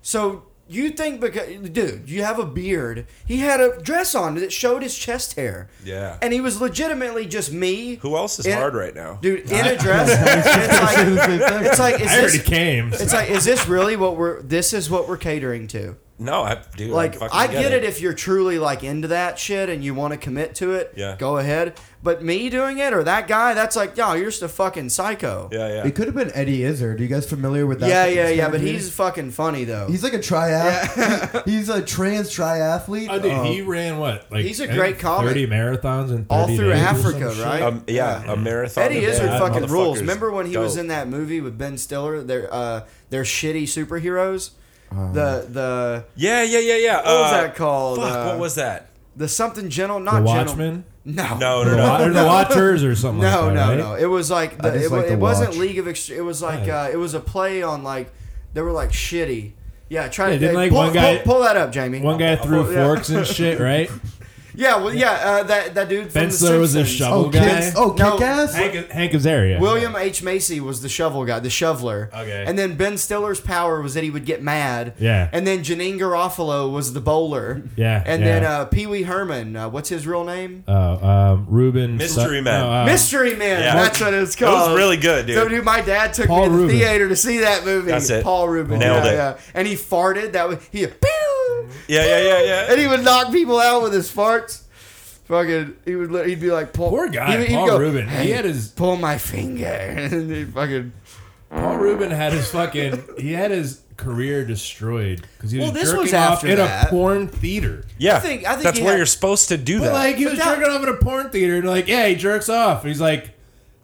Speaker 2: so you think because dude, you have a beard. He had a dress on that showed his chest hair.
Speaker 1: Yeah.
Speaker 2: And he was legitimately just me.
Speaker 1: Who else is
Speaker 2: in-
Speaker 1: hard right now?
Speaker 2: Dude, in a dress. it's like, it's like, is
Speaker 4: I already
Speaker 2: this,
Speaker 4: came.
Speaker 2: it's like, is this really what we're? This is what we're catering to
Speaker 1: No, I dude.
Speaker 2: like
Speaker 1: I, fucking
Speaker 2: I get it. if you're truly like into that shit and you want to commit to it.
Speaker 1: Yeah.
Speaker 2: Go ahead. But me doing it or that guy, that's like, yo, you're just a fucking psycho.
Speaker 1: yeah, yeah.
Speaker 3: It could have been Eddie Izzard. Are you guys familiar with that?
Speaker 2: yeah, yeah, yeah, But
Speaker 3: comedian?
Speaker 2: he's fucking funny though.
Speaker 3: he's like a triath. he's a trans triathlete.
Speaker 4: Oh, dude, he
Speaker 3: Um,
Speaker 4: ran what? Like
Speaker 2: He's a
Speaker 4: I think
Speaker 2: great comic.
Speaker 4: Thirty marathons and 30
Speaker 2: all through
Speaker 4: days or
Speaker 2: Africa,
Speaker 4: some shit.
Speaker 2: right?
Speaker 1: um, yeah, a marathon.
Speaker 2: Eddie
Speaker 1: a day.
Speaker 2: Izzard
Speaker 1: That
Speaker 2: fucking rules.
Speaker 1: motherfucker's
Speaker 2: Remember when he was
Speaker 1: dope.
Speaker 2: in that movie with Ben Stiller? Their uh, their shitty superheroes.
Speaker 4: Uh-huh.
Speaker 2: the the
Speaker 1: Yeah, yeah, yeah, yeah. What
Speaker 2: was that called?
Speaker 1: Fuck,
Speaker 2: Uh,
Speaker 1: what was that?
Speaker 2: the something gentle,
Speaker 4: The
Speaker 2: not gentle.
Speaker 4: Watchmen,
Speaker 2: No,
Speaker 1: No,
Speaker 4: the,
Speaker 1: no,
Speaker 4: wa-
Speaker 1: no.
Speaker 4: or the Watchers, or something.
Speaker 2: No,
Speaker 4: like that,
Speaker 2: no,
Speaker 4: right?
Speaker 2: no. It was like the, it,
Speaker 3: just
Speaker 2: wa-
Speaker 3: like to
Speaker 2: it wasn't
Speaker 3: watch.
Speaker 2: League of Extr It was like
Speaker 4: Yeah.
Speaker 2: uh, it was a play on like they were like shitty. Yeah, try
Speaker 4: Yeah,
Speaker 2: to
Speaker 4: didn't,
Speaker 2: uh,
Speaker 4: like,
Speaker 2: pull,
Speaker 4: one guy-
Speaker 2: pull, pull that up, Jamie.
Speaker 4: One guy threw
Speaker 2: yeah.
Speaker 4: forks and shit, right?
Speaker 2: Yeah, well, yeah, uh, that that dude. From
Speaker 4: Ben
Speaker 2: the
Speaker 4: Stiller was a
Speaker 2: Simpsons.
Speaker 4: shovel.
Speaker 3: oh,
Speaker 4: guy.
Speaker 3: kick, oh,
Speaker 2: No.
Speaker 3: kick ass.
Speaker 4: Hank, Hank Azaria.
Speaker 2: William H Macy was the shovel guy, the shoveler.
Speaker 4: Okay.
Speaker 2: And then Ben Stiller's power was that he would get mad.
Speaker 4: Yeah.
Speaker 2: And then Janine Garofalo was the bowler.
Speaker 4: Yeah,
Speaker 2: And
Speaker 4: yeah.
Speaker 2: then uh, Pee Wee Herman. Uh, what's his real name?
Speaker 4: Oh, um, Ruben.
Speaker 1: Mystery
Speaker 4: Su-
Speaker 1: Man.
Speaker 4: no, um,
Speaker 2: Mystery Man.
Speaker 1: yeah.
Speaker 2: That's what it's
Speaker 1: It
Speaker 2: called.
Speaker 1: was really good, dude.
Speaker 2: So, dude, my dad took
Speaker 4: Paul
Speaker 2: me to the
Speaker 4: Rubin.
Speaker 2: theater to see that movie.
Speaker 1: That's it.
Speaker 2: Paul Rubin.
Speaker 1: Nailed
Speaker 2: yeah,
Speaker 1: it.
Speaker 2: yeah. And he farted. That was he. Pew!
Speaker 1: yeah, yeah, yeah, yeah.
Speaker 2: And he would knock people out with his farts. Fucking, he would. li- He'd be like, pull,
Speaker 4: Poor guy,
Speaker 2: He'd, he'd
Speaker 4: Paul
Speaker 2: go,
Speaker 4: Rubin.
Speaker 2: "Hey,
Speaker 4: He had his
Speaker 2: pull my finger, and he fucking.
Speaker 4: Paul Rubin had his fucking he had his career destroyed because he was
Speaker 2: Well, this
Speaker 4: jerking
Speaker 2: was
Speaker 4: off
Speaker 2: after
Speaker 4: in
Speaker 2: that.
Speaker 4: a porn theater.
Speaker 1: yeah,
Speaker 2: I think- I think
Speaker 1: that's
Speaker 2: he
Speaker 1: where
Speaker 2: had-
Speaker 1: you're supposed to do
Speaker 4: But
Speaker 1: that.
Speaker 4: like he was
Speaker 2: But that-
Speaker 4: jerking off in a porn theater, and they're like, yeah, he jerks off. He's like,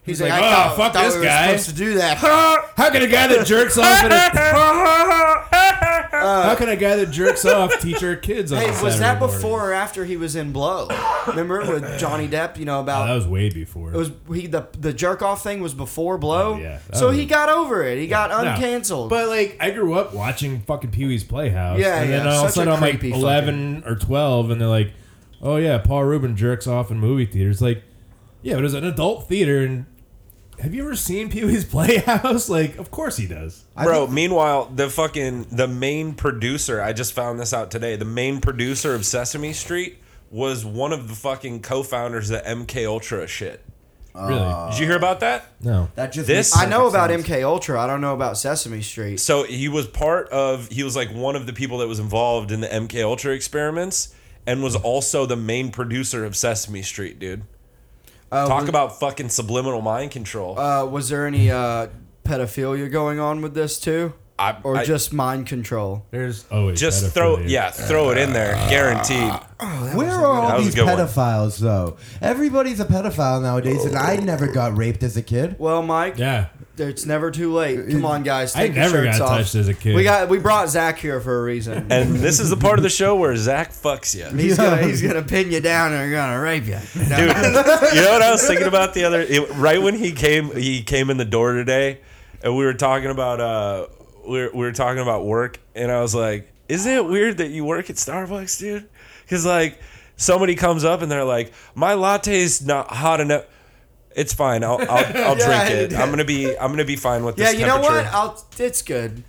Speaker 2: He's,
Speaker 4: he's,
Speaker 2: like,
Speaker 4: like,
Speaker 2: I
Speaker 4: oh,
Speaker 2: thought,
Speaker 4: fuck
Speaker 2: thought
Speaker 4: this
Speaker 2: we were
Speaker 4: guy.
Speaker 2: supposed to do that.
Speaker 4: How can a guy that jerks off in a how can a guy that jerks off teach our kids? On
Speaker 2: Uh. hey,
Speaker 4: a
Speaker 2: was
Speaker 4: Saturday
Speaker 2: that
Speaker 4: morning?
Speaker 2: before or after he was in Blow? Remember with Johnny Depp? You know
Speaker 4: Oh,
Speaker 2: about
Speaker 4: that was way before.
Speaker 2: It was he the the jerk off thing was before Blow.
Speaker 4: Oh, yeah. That
Speaker 2: So
Speaker 4: was-
Speaker 2: he got over it. He got
Speaker 4: No.
Speaker 2: uncanceled.
Speaker 4: But like, I grew up watching fucking Pee Wee's Playhouse.
Speaker 2: Yeah,
Speaker 4: and
Speaker 2: yeah,
Speaker 4: Then all of
Speaker 2: such
Speaker 4: a
Speaker 2: a
Speaker 4: sudden, I'm like
Speaker 2: creepy
Speaker 4: 11 or 12, and they're like, "Oh yeah, Paul Rubin jerks off in movie theaters." Like, yeah, but it was an adult theater. And have you ever seen Pee Wee's Playhouse? Like, of course he does.
Speaker 1: Bro, meanwhile, the fucking the main producer, I just found this out today. The main producer of Sesame Street was one of the fucking co-founders of MK Ultra shit.
Speaker 2: Uh,
Speaker 4: Really?
Speaker 1: Did you hear about that?
Speaker 4: No.
Speaker 3: That just
Speaker 1: This-
Speaker 2: I
Speaker 3: makes
Speaker 2: know
Speaker 3: perfect
Speaker 2: about
Speaker 3: sense.
Speaker 2: MK Ultra. I don't know about Sesame Street.
Speaker 1: So he was part of. He was like one of the people that was involved in the MK Ultra experiments, and was also the main producer of Sesame Street, dude.
Speaker 2: Uh,
Speaker 1: Talk
Speaker 2: was,
Speaker 1: about fucking subliminal mind control.
Speaker 2: Uh, was there any uh, pedophilia going on with this too,
Speaker 1: I,
Speaker 2: or
Speaker 1: I-
Speaker 2: just mind control?
Speaker 4: There's always
Speaker 1: just throw
Speaker 4: pedophilia.
Speaker 1: yeah, throw it in there, guaranteed.
Speaker 2: Uh,
Speaker 3: Where are
Speaker 1: That
Speaker 3: all
Speaker 1: was
Speaker 3: these
Speaker 1: a good one.
Speaker 3: pedophiles, though? Everybody's a pedophile nowadays, and I never got raped as a kid.
Speaker 2: Well, Mike,
Speaker 4: Yeah.
Speaker 2: it's never too late. Come on, guys,
Speaker 4: I
Speaker 2: take your
Speaker 4: never
Speaker 2: shirts
Speaker 4: got
Speaker 2: off.
Speaker 4: touched as a kid.
Speaker 2: We got we brought Zach here for a reason.
Speaker 1: And this is the part of the show where Zach fucks you.
Speaker 2: He's gonna he's gonna pin you down and gonna rape you. No.
Speaker 1: dude. you know what I was thinking about the other it- right when he came he came in the door today, and we were talking about uh we were, we were talking about work, and I was like, isn't it weird that you work at Starbucks, dude? Because like somebody comes up and they're like, my latte's not hot enough. It's fine. I'll I'll, I'll drink it. I'm gonna be I'm gonna be fine with
Speaker 2: yeah,
Speaker 1: this.
Speaker 2: you know what?
Speaker 1: temperature."
Speaker 2: I'll it's good.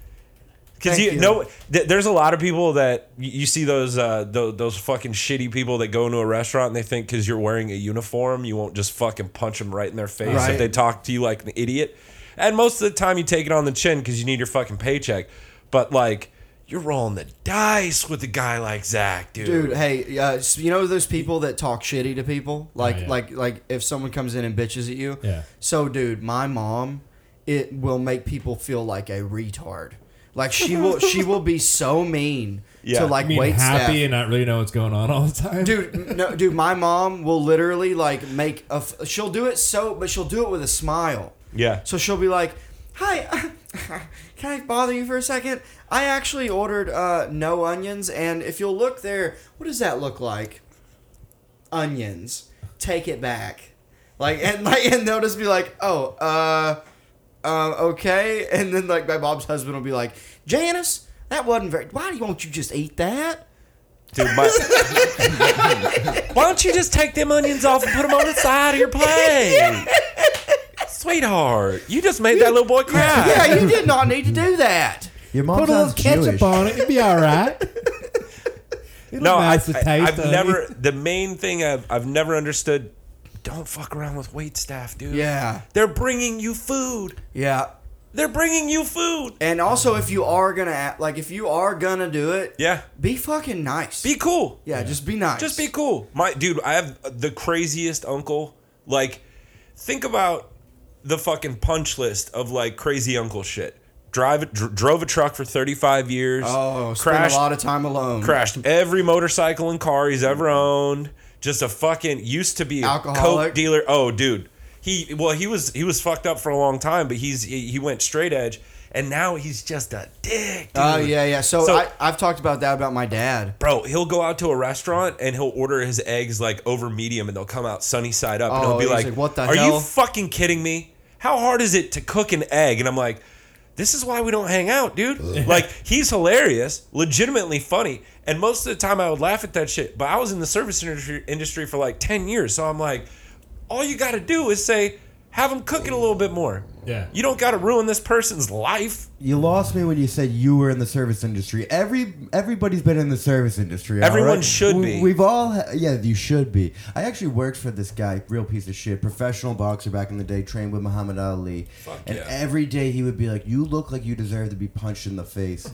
Speaker 1: Because
Speaker 2: Thank
Speaker 1: you,
Speaker 2: you.
Speaker 1: know, th- there's a lot of people that y- you see those uh, th- those fucking shitty people that go into a restaurant and they think because you're wearing a uniform, you won't just fucking punch them right in their face
Speaker 2: Right.
Speaker 1: if they talk to you like an idiot. And most of the time, you take it on the chin because you need your fucking paycheck. But like, you're rolling the dice with a guy like Zach, dude.
Speaker 2: Dude, hey, uh, s- you know those people that talk shitty to people, like
Speaker 4: yeah.
Speaker 2: like like if someone comes in and bitches at you.
Speaker 4: Yeah.
Speaker 2: So, dude, my mom, it will make people feel like a retard. Like she will, she will be so mean
Speaker 1: Yeah.
Speaker 2: to like
Speaker 4: I mean,
Speaker 2: wait
Speaker 4: happy
Speaker 2: staff.
Speaker 4: and not really know what's going on all the time.
Speaker 2: dude n- no dude my mom will literally like make a f- she'll do it so but she'll do it with a smile
Speaker 1: Yeah.
Speaker 2: so she'll be like hi can i bother you for a second i actually ordered uh no onions and if you'll look there what does that look like onions take it back like and like and they'll just be like oh uh uh, okay. And then like my mom's husband will be like, Janice, that wasn't very. Why don't you just eat that?
Speaker 1: Dude, my, why don't you just take them onions off and put them on the side of your plate, sweetheart? You just made that little boy cry.
Speaker 2: Yeah, you did not need to do that.
Speaker 3: Your mom sounds Jewish.
Speaker 4: on it. It'd be all right.
Speaker 1: no, I, have never. The main thing I've, I've never understood. Don't fuck around with wait staff, dude.
Speaker 2: Yeah,
Speaker 1: they're bringing you food.
Speaker 2: yeah.
Speaker 1: They're bringing you food.
Speaker 2: And also, if you are gonna act, like if you are gonna do it,
Speaker 1: Yeah,
Speaker 2: be fucking nice.
Speaker 1: be cool.
Speaker 2: yeah, just be nice.
Speaker 1: Just be cool. My dude, I have the craziest uncle. Like, think about the fucking punch list of like crazy uncle shit. Drive dr- drove a truck for thirty five years.
Speaker 2: Oh, spend
Speaker 1: crashed
Speaker 2: a lot of time alone.
Speaker 1: crashed every motorcycle and car he's ever owned. Just a fucking used to be a
Speaker 2: Mm-hmm. Alcoholic.
Speaker 1: coke dealer. Oh, dude, he well he was he was fucked up for a long time, but he's he, he went straight edge, and now he's just a dick. Dude.
Speaker 2: Oh yeah, yeah. So,
Speaker 1: So-
Speaker 2: I, I've talked about that about my dad.
Speaker 1: Bro, he'll go out to a restaurant and he'll order his eggs like over medium, and they'll come out sunny side up, and
Speaker 2: Oh,
Speaker 1: he'll be
Speaker 2: he's
Speaker 1: like,
Speaker 2: like, "What the
Speaker 1: Are
Speaker 2: hell?"
Speaker 1: you fucking kidding me? How hard is it to cook an egg?" And I'm like. This is why we don't hang out, dude. Like he's hilarious, legitimately funny, and most of the time I would laugh at that shit. But I was in the service industry, industry for like ten years, so I'm like, all you got to do is say, have him cook it a little bit more.
Speaker 4: Yeah.
Speaker 1: you don't got to ruin this person's life.
Speaker 3: You lost me when you said you were in the service industry. Every everybody's been in the service industry. all
Speaker 1: Everyone
Speaker 3: right?
Speaker 1: should
Speaker 3: We-
Speaker 1: be.
Speaker 3: We've all, ha- yeah, you should be. I actually worked for this guy, real piece of shit, professional boxer back in the day, trained with Muhammad Ali. and
Speaker 1: yeah.
Speaker 3: every day he would be like, "You look like you deserve to be punched in the face." this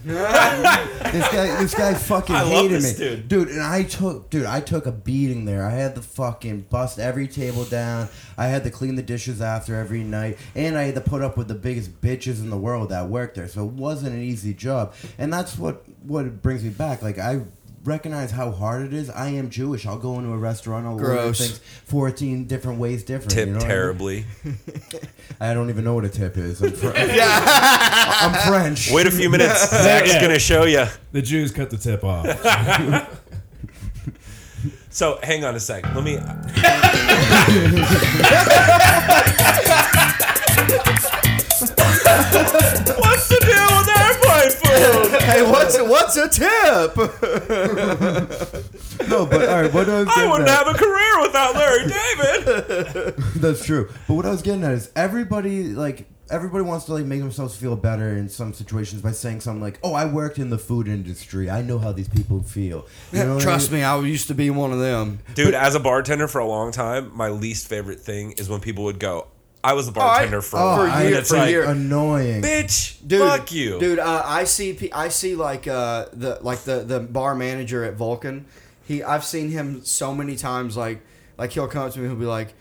Speaker 3: guy, this guy fucking
Speaker 1: I love
Speaker 3: hated
Speaker 1: this
Speaker 3: me,
Speaker 1: dude.
Speaker 3: And I took, dude, I took a beating there. I had to fucking bust every table down. I had to clean the dishes after every night, and I had to put up with the biggest bitches in the world that worked there. So it wasn't an easy job, and that's what what brings me back. Like I. Recognize how hard it is. I am Jewish. I'll go into a restaurant. I'll order
Speaker 2: Gross.
Speaker 3: things fourteen different ways, different. you
Speaker 1: Tip
Speaker 3: know what I mean?
Speaker 1: terribly.
Speaker 3: I don't even know what a tip is. I'm, Fr- I'm French.
Speaker 1: Wait a few minutes. Zach's
Speaker 4: Yeah.
Speaker 1: gonna show you.
Speaker 4: The Jews cut the tip off.
Speaker 1: So hang on a sec. Let me. What's the deal with airplane food?
Speaker 2: Hey, what's what's a tip?
Speaker 3: No, but all right. What I was
Speaker 1: I
Speaker 3: getting
Speaker 1: wouldn't
Speaker 3: at-
Speaker 1: have a career here without Larry David.
Speaker 3: That's true. But what I was getting at is everybody like everybody wants to like make themselves feel better in some situations by saying something like, "Oh, I worked in the food industry. I know how these people feel." You know what I
Speaker 2: Trust
Speaker 3: mean?
Speaker 2: me, I used to be one of them.
Speaker 1: Dude, as a bartender for a long time, my least favorite thing is when people would go, I was the bartender for a
Speaker 2: oh,
Speaker 1: while.
Speaker 2: for
Speaker 1: And
Speaker 2: year-
Speaker 1: it's
Speaker 2: for
Speaker 1: like,
Speaker 2: year.
Speaker 3: Annoying.
Speaker 1: bitch,
Speaker 2: Dude,
Speaker 1: fuck you.
Speaker 2: dude. Uh, I see, pe- I see, like uh, the like the the bar manager at Vulcan. He, I've seen him so many times. Like, like he'll come up to me, he'll be like,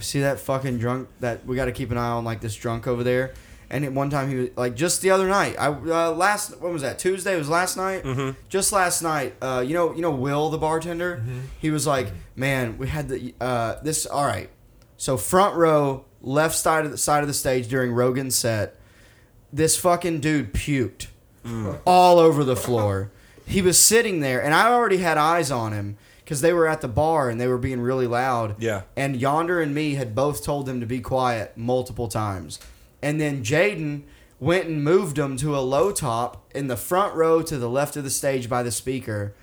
Speaker 2: "See that fucking drunk? That we got to keep an eye on, like this drunk over there." And at one time, he was like, just the other night. I uh, last when was that? Tuesday was last night. Mm-hmm. Just last night. Uh, you know, you know, Will the bartender. He was like, "Man, we had the uh, this. All right, so front row, left side of the side of the stage during Rogan's set." this fucking dude puked all over the floor. He was sitting there, and I already had eyes on him because they were at the bar and they were being really loud.
Speaker 1: Yeah.
Speaker 2: And Yonder and me had both told him to be quiet multiple times. And then Jaden went and moved him to a low top in the front row to the left of the stage by the speaker.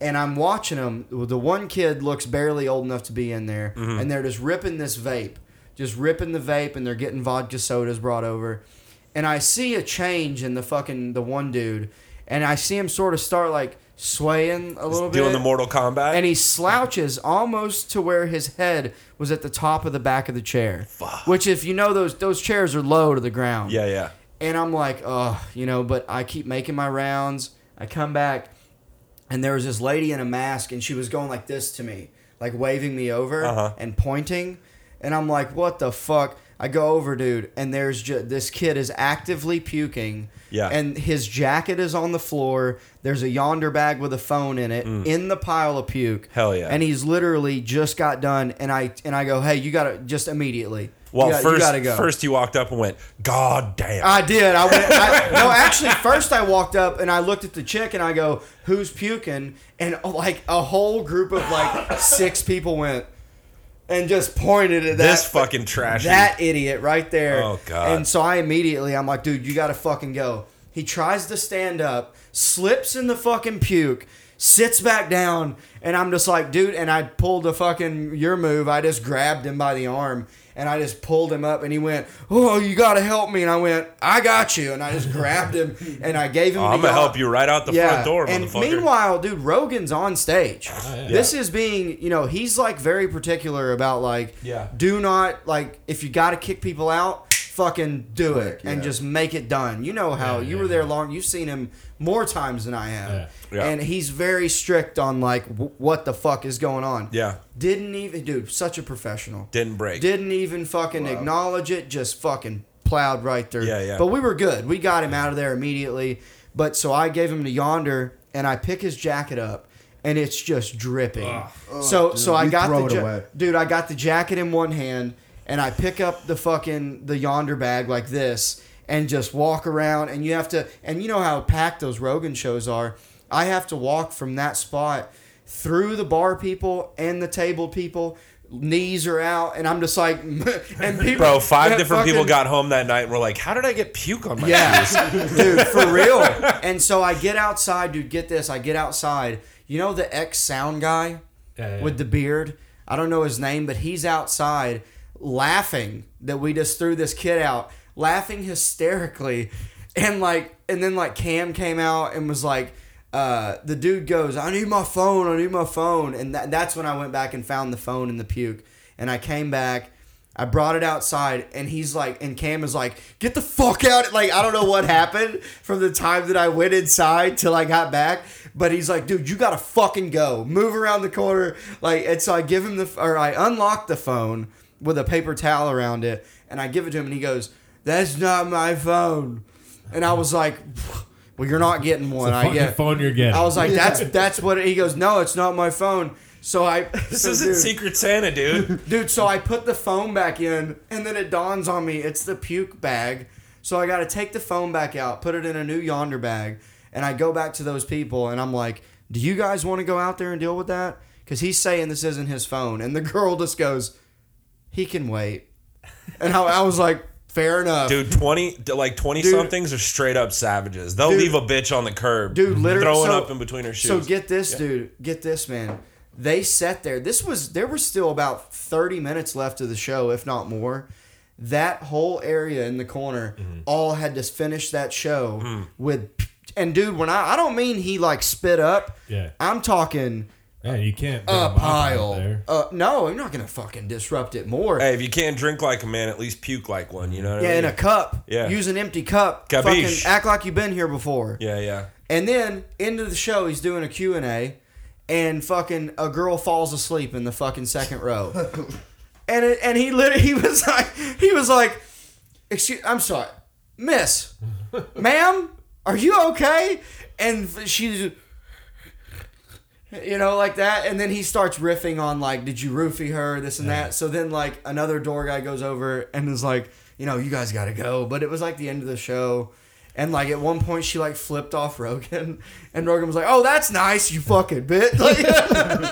Speaker 2: And I'm watching him. The one kid looks barely old enough to be in there,
Speaker 1: Mm-hmm.
Speaker 2: and they're just ripping this vape, just ripping the vape, and they're getting vodka sodas brought over and I see a change in the fucking the one dude, and I see him sort of start like swaying a little bit,
Speaker 1: Doing the Mortal Kombat.
Speaker 2: and he slouches almost to where his head was at the top of the back of the chair. Which, if you know those those chairs are low to the ground.
Speaker 1: yeah, yeah.
Speaker 2: And I'm like, oh, you know, but I keep making my rounds. I come back, and there was this lady in a mask, and she was going like this to me, like waving me over
Speaker 1: Uh-huh.
Speaker 2: and pointing. And I'm like, what the fuck? I go over, dude, and there's just this kid is actively puking.
Speaker 1: Yeah.
Speaker 2: And his jacket is on the floor. There's a yonder bag with a phone in it in the pile of puke.
Speaker 1: Mm. Hell yeah.
Speaker 2: And he's literally just got done, and I and I go, hey, you gotta just immediately.
Speaker 1: Well,
Speaker 2: you gotta, you
Speaker 1: first,
Speaker 2: gotta go.
Speaker 1: first you walked up and went, God damn.
Speaker 2: I did. I went. I, no, actually, first I walked up and I looked at the chick and I go, "Who's puking?" And oh, like a whole group of like six people went and just pointed at that
Speaker 1: this fucking trash.
Speaker 2: that idiot right there.
Speaker 1: Oh, God.
Speaker 2: And so I immediately I'm like, dude, you gotta fucking go. He tries to stand up, slips in the fucking puke, sits back down, and I'm just like, dude, and I pulled a fucking your move. I just grabbed him by the arm and I just pulled him up and he went, Oh, you gotta help me. And I went, I got you. And I just grabbed him and I gave him
Speaker 1: I'm
Speaker 2: the
Speaker 1: going to
Speaker 2: yaw-
Speaker 1: Oh, help you right out the front door,
Speaker 2: and
Speaker 1: motherfucker.
Speaker 2: meanwhile, dude, Rogan's on stage.
Speaker 4: yeah.
Speaker 2: This is being, you know, he's like very particular about like,
Speaker 1: Yeah.
Speaker 2: do not like if you got to kick people out, fucking do it and
Speaker 3: yeah.
Speaker 2: just make it done. You know how you were there long. You've seen him more times than I have,
Speaker 1: Yeah. Yeah.
Speaker 2: and he's very strict on like w- what the fuck is going on.
Speaker 1: yeah.
Speaker 2: Didn't even, dude, such a professional.
Speaker 1: Didn't break.
Speaker 2: Didn't even fucking acknowledge it. Just fucking plowed right through.
Speaker 1: Yeah, yeah.
Speaker 2: But we were good. We got him out of there immediately. But so I gave him to yonder, and I pick his jacket up, and it's just dripping. so so I
Speaker 3: You
Speaker 2: got the
Speaker 3: throw it
Speaker 2: ja-
Speaker 3: away.
Speaker 2: dude. I got the jacket in one hand, and I pick up the fucking the yonder bag like this, and just walk around. And you have to, and you know how packed those Rogan shows are. I have to walk from that spot through the bar people and the table people. Knees are out, and I'm just like, and people,
Speaker 1: Bro, five
Speaker 2: that
Speaker 1: different people
Speaker 2: fucking-
Speaker 1: got home that night and were like, How did I get puke on my
Speaker 2: yeah,
Speaker 1: shoes?
Speaker 2: dude, for real. And so I get outside, dude. Get this, I get outside. You know the ex sound guy
Speaker 4: Yeah, yeah.
Speaker 2: with the beard. I don't know his name, but he's outside laughing that we just threw this kid out, laughing hysterically, and like, and then like Cam came out and was like. Uh, the dude goes, I need my phone, I need my phone. And that, that's when I went back and found the phone in the puke. And I came back I brought it outside, and he's like, and Cam is like, "Get the fuck out!" Like I don't know what happened from the time that I went inside till I got back, but he's like, "Dude, you gotta fucking go, move around the corner." Like, and so I give him the, or I unlock the phone with a paper towel around it, and I give it to him, and he goes, "That's not my phone," and I was like, "Well, you're not getting one, I
Speaker 4: Fucking
Speaker 2: guess."
Speaker 4: phone you're getting.
Speaker 2: I was like, "That's that's what." He goes, "No, it's not my phone." So I
Speaker 1: This isn't Secret Santa, dude.
Speaker 2: Dude, so I put the phone back in, and then it dawns on me it's the puke bag. So I got to take the phone back out, put it in a new yonder bag, and I go back to those people, and I'm like, "Do you guys want to go out there and deal with that?" Because he's saying this isn't his phone, and the girl just goes, "He can wait," and I, I was like, "Fair enough."
Speaker 1: Dude, 20, like 20 somethings are straight up savages. They'll
Speaker 2: Dude.
Speaker 1: leave a bitch on the curb.
Speaker 2: dude literally
Speaker 1: Throwing
Speaker 2: so-
Speaker 1: up in between her shoes.
Speaker 2: so get this dude get this man They sat there. This was there was still about 30 minutes left of the show, if not more. That whole area in the corner all had to finish that show with and dude, when I I don't mean he like spit up.
Speaker 4: Yeah.
Speaker 2: I'm talking
Speaker 4: Man, you can't bring
Speaker 2: a
Speaker 4: mop out
Speaker 2: pile.
Speaker 4: there.
Speaker 2: Uh, no, you're not gonna fucking disrupt it more.
Speaker 1: Hey, if you can't drink like a man, at least puke like one. You know what I
Speaker 2: Yeah,
Speaker 1: mean?
Speaker 2: in a cup.
Speaker 1: Yeah.
Speaker 2: Use an empty cup.
Speaker 1: Kabish.
Speaker 2: Fucking act like you've been here before.
Speaker 1: yeah, yeah.
Speaker 2: And then end of the show, he's doing a Q and A, and fucking a girl falls asleep in the fucking second row. and it, and he literally he was like he was like, excuse, I'm sorry, Miss, ma'am, are you okay? And she's. You know, like that, and then he starts riffing on like, "Did you roofie her?" This and that. So then, like, another door guy goes over and is like, "You know, you guys got to go." But it was like the end of the show, and like at one point, she like flipped off Rogan, and Rogan was like, "Oh, that's nice, you fucking bitch."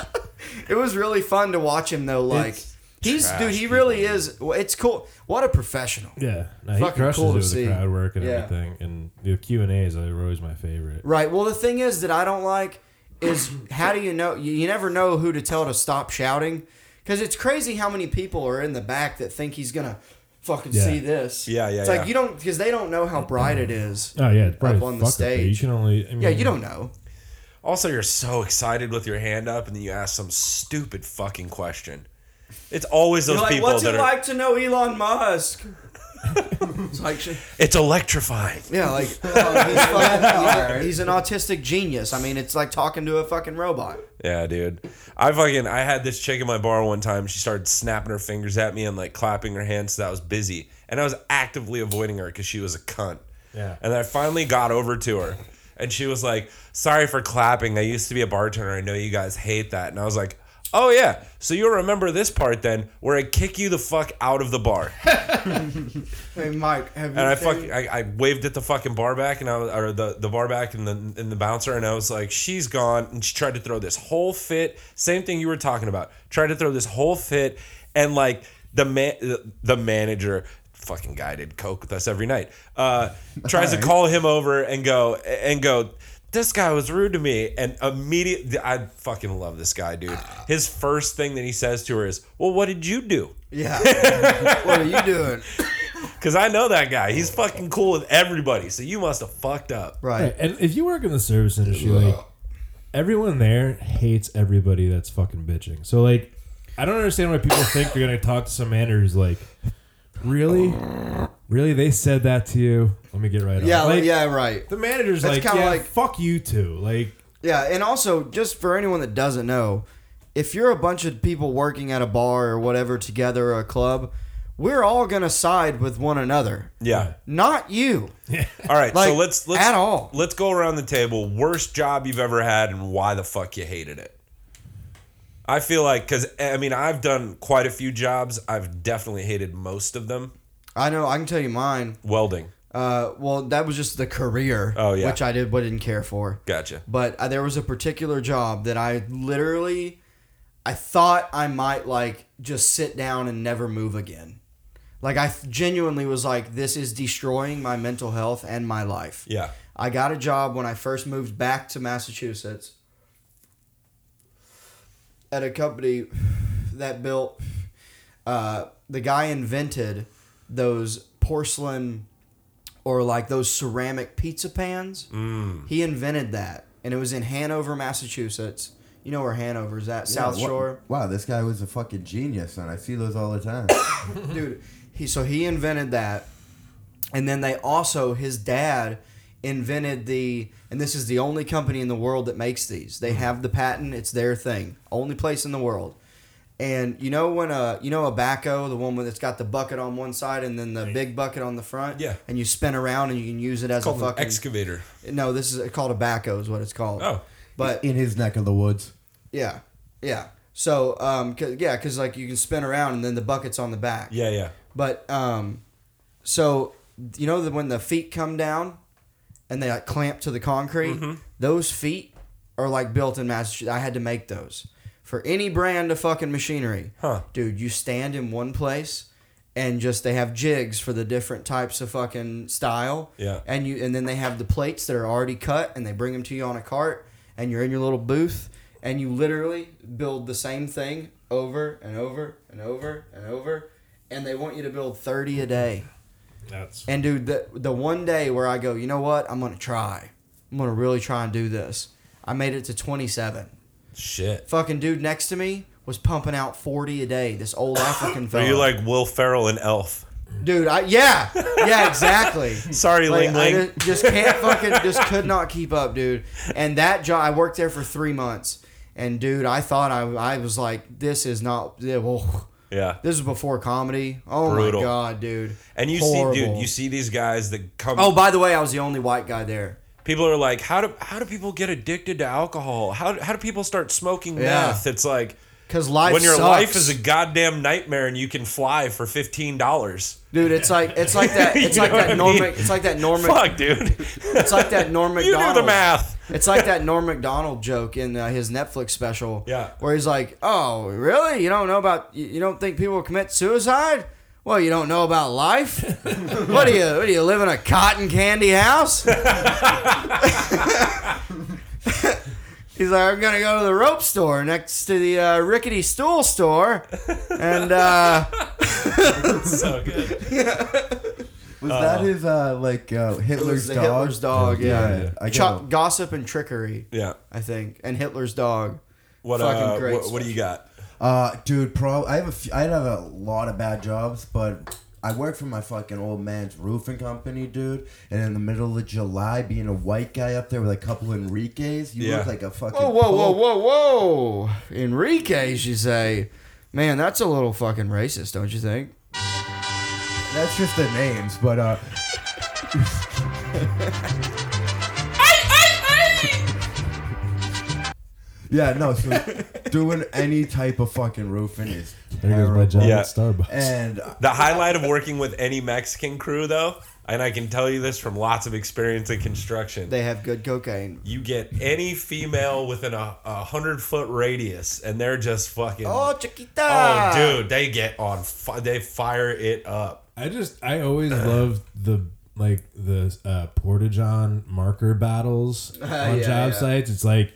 Speaker 2: Like, it was really fun to watch him though. Like,
Speaker 4: It's
Speaker 2: he's
Speaker 1: trash
Speaker 2: dude, he really is. well, It's cool. What a professional.
Speaker 4: Yeah, no, he
Speaker 2: Fucking
Speaker 4: crushes
Speaker 2: cool
Speaker 4: it
Speaker 2: to
Speaker 4: with
Speaker 2: see.
Speaker 4: the crowd work and
Speaker 2: Yeah.
Speaker 4: everything. And the Q and A's are always my favorite.
Speaker 2: Right. Well, the thing is that I don't like is how do you know? You, you never know who to tell to stop shouting because it's crazy how many people are in the back that think he's gonna fucking
Speaker 4: Yeah.
Speaker 2: see this.
Speaker 1: Yeah, yeah,
Speaker 2: It's
Speaker 1: yeah.
Speaker 2: like you don't because they don't know how bright it is.
Speaker 4: Oh yeah, it's probably
Speaker 2: Up on the
Speaker 4: fuck up there.
Speaker 2: stage.
Speaker 4: You can only. I mean,
Speaker 2: Yeah, you don't know.
Speaker 1: Also, you're so excited with your hand up, and then you ask some stupid fucking question. It's always those
Speaker 2: You're like,
Speaker 1: people
Speaker 2: what's
Speaker 1: that
Speaker 2: it
Speaker 1: are.
Speaker 2: like to know Elon Musk? it's like, she-
Speaker 1: It's electrifying.
Speaker 2: yeah, like oh, he's, fucking- he's- he's an autistic genius. I mean, it's like talking to a fucking robot.
Speaker 1: Yeah, dude. I fucking I had this chick in my bar one time. She started snapping her fingers at me and like clapping her hands so that I was busy. And I was actively avoiding her because she was a cunt.
Speaker 4: Yeah.
Speaker 1: And I finally got over to her. And she was like, Sorry for clapping. I used to be a bartender. I know you guys hate that. And I was like, Oh yeah. So you'll remember this part then where I kick you the fuck out of the bar.
Speaker 2: Hey, Mike, have you?
Speaker 1: And I
Speaker 2: seen-
Speaker 1: fucking I, I waved at the fucking bar back and I was, or the, the bar back and the and the bouncer and I was like, she's gone. And she tried to throw this whole fit. Same thing you were talking about. Tried to throw this whole fit and like the man the, the manager fucking guy did coke with us every night. Uh, tries to call him over and go and go. This guy was rude to me, and immediately I fucking love this guy, dude. His first thing that he says to her is, "Well, what did you do?"
Speaker 2: yeah. what are you doing?
Speaker 1: Cause I know that guy. He's fucking cool with everybody. So you must have fucked up.
Speaker 2: Right.
Speaker 4: Right, and if you work in the service industry, like everyone there hates everybody that's fucking bitching. So like, I don't understand why people think you're gonna talk to some man who's like, really, really, they said that to you. Let me get right on.
Speaker 2: Yeah.
Speaker 4: like,
Speaker 2: yeah. Right.
Speaker 4: The manager's
Speaker 2: That's
Speaker 4: like,
Speaker 2: kinda
Speaker 4: yeah,
Speaker 2: like-
Speaker 4: fuck you too. Like,
Speaker 2: Yeah, and also just for anyone that doesn't know, if you're a bunch of people working at a bar or whatever together or a club, we're all gonna side with one another.
Speaker 1: Yeah.
Speaker 2: Not you.
Speaker 1: All right.
Speaker 2: Like,
Speaker 1: so let's let's
Speaker 2: at all.
Speaker 1: Let's go around the table. Worst job you've ever had, and why the fuck you hated it. I feel like because I mean I've done quite a few jobs. I've definitely hated most of them.
Speaker 2: I know. I can tell you mine.
Speaker 1: Welding.
Speaker 2: Uh, well, that was just the career.
Speaker 1: Oh, yeah.
Speaker 2: Which I did, but didn't care for.
Speaker 1: Gotcha.
Speaker 2: But uh, there was a particular job that I literally, I thought I might like just sit down and never move again. Like I genuinely was like, this is destroying my mental health and my life.
Speaker 1: Yeah.
Speaker 2: I got a job when I first moved back to Massachusetts at a company that built. Uh, the guy invented those porcelain or like those ceramic pizza pans. Mm. He invented that, and it was in Hanover, Massachusetts. You know where Hanover's at, South
Speaker 3: Yeah, wha-
Speaker 2: Shore,
Speaker 3: Wow, this guy was a fucking genius, and I see those all the time.
Speaker 2: dude. He so he invented that, and then they also his dad invented the and this is the only company in the world that makes these
Speaker 1: Mm-hmm.
Speaker 2: they have the patent it's their thing only place in the world and you know when a you know a backhoe the one with that's got the bucket on one side and then the big bucket on the front
Speaker 1: Yeah.
Speaker 2: and you spin around and you can use it as a
Speaker 1: Called an
Speaker 2: fucking
Speaker 1: excavator.
Speaker 2: no this is called a backhoe is what it's called
Speaker 1: Oh.
Speaker 2: but
Speaker 3: in his neck of the woods.
Speaker 2: yeah yeah so um 'cause- yeah because like you can spin around and then the bucket's on the back
Speaker 1: Yeah. Yeah.
Speaker 2: but um, so you know that when the feet come down and they like clamp to the concrete, those feet are like built in Massachusetts. I had to make those for any brand of fucking machinery.
Speaker 1: Huh.
Speaker 2: Dude, you stand in one place and just they have jigs for the different types of fucking style.
Speaker 1: Yeah.
Speaker 2: And you and then they have the plates that are already cut and they bring them to you on a cart and you're in your little booth and you literally build the same thing over and over and over and over, and they want you to build thirty a day.
Speaker 4: That's
Speaker 2: And dude, the the one day where I go, you know what? I'm gonna try. I'm gonna really try and do this. I made it to 27.
Speaker 1: Shit.
Speaker 2: Fucking dude next to me was pumping out 40 a day. This old African
Speaker 1: Are
Speaker 2: fella.
Speaker 1: you like Will Ferrell and Elf?
Speaker 2: dude? I yeah, yeah, exactly.
Speaker 1: Sorry,
Speaker 2: Like,
Speaker 1: Ling
Speaker 2: I
Speaker 1: Ling.
Speaker 2: ju- just, can't fucking just could not keep up, dude. And that job, I worked there for three months, and dude, I thought I, I was like, this is not. Yeah, well,
Speaker 1: Yeah.
Speaker 2: this is before comedy. Oh
Speaker 1: Brutal.
Speaker 2: my god, dude.
Speaker 1: And you see, dude,
Speaker 2: Horrible.
Speaker 1: you see these guys that come.
Speaker 2: Oh, by the way, I was the only white guy there.
Speaker 1: people are like, how do how do people get addicted to alcohol? How how do people start smoking
Speaker 2: Yeah.
Speaker 1: meth? It's like
Speaker 2: Cause life
Speaker 1: when your
Speaker 2: sucks.
Speaker 1: life is a goddamn nightmare and you can fly for fifteen dollars.
Speaker 2: dude. It's like it's like that. It's
Speaker 1: You
Speaker 2: like
Speaker 1: know what I
Speaker 2: that Norm.
Speaker 1: mean?
Speaker 2: Mac- It's like that Norm. Mac-
Speaker 1: Fuck, dude.
Speaker 2: It's like that Norm
Speaker 1: you
Speaker 2: Macdonald.
Speaker 1: do the math.
Speaker 2: It's like that Norm Macdonald joke in uh, his Netflix special.
Speaker 1: Yeah.
Speaker 2: Where he's like, "Oh, really? You don't know about? You, you don't think people commit suicide? Well, you don't know about life. what do you? What do you live in a cotton candy house?" He's like, I'm gonna go to the rope store next to the uh, rickety stool store, and uh,
Speaker 1: so good.
Speaker 3: Was that his uh, like uh, Hitler's
Speaker 2: the
Speaker 3: dog?
Speaker 2: Hitler's dog, yeah.
Speaker 3: I
Speaker 2: Cho-
Speaker 3: got it.
Speaker 2: gossip and trickery.
Speaker 1: Yeah.
Speaker 2: I think, and Hitler's dog.
Speaker 1: What
Speaker 2: Fucking
Speaker 1: uh,
Speaker 2: great
Speaker 1: what, what do you got?
Speaker 3: Uh, dude, pro. I have a few, I have a lot of bad jobs, but I work for my fucking old man's roofing company, dude. And in the middle of July, being a white guy up there with a couple Enrique's, you
Speaker 1: Yeah.
Speaker 3: look like a fucking.
Speaker 2: Whoa, whoa, whoa,
Speaker 3: pope.
Speaker 2: whoa, whoa! Enrique's, you say? Man, that's a little fucking racist, don't you think?
Speaker 3: That's just the names, but uh, yeah, no. So doing any type of fucking roofing is
Speaker 4: there goes my
Speaker 3: terrible.
Speaker 4: job
Speaker 1: Yeah.
Speaker 4: at Starbucks.
Speaker 2: Eh,
Speaker 3: And
Speaker 1: The highlight of working with any Mexican crew, though, and I can tell you this from lots of experience in construction.
Speaker 2: They have good cocaine.
Speaker 1: you get any female within a, a hundred foot radius, and they're just fucking.
Speaker 2: Oh, chiquita!
Speaker 1: Oh, dude, they get on. Fi- they fire it up.
Speaker 4: I just I always loved the like the uh, portageon marker battles on
Speaker 2: yeah,
Speaker 4: job
Speaker 2: yeah.
Speaker 4: sites. It's like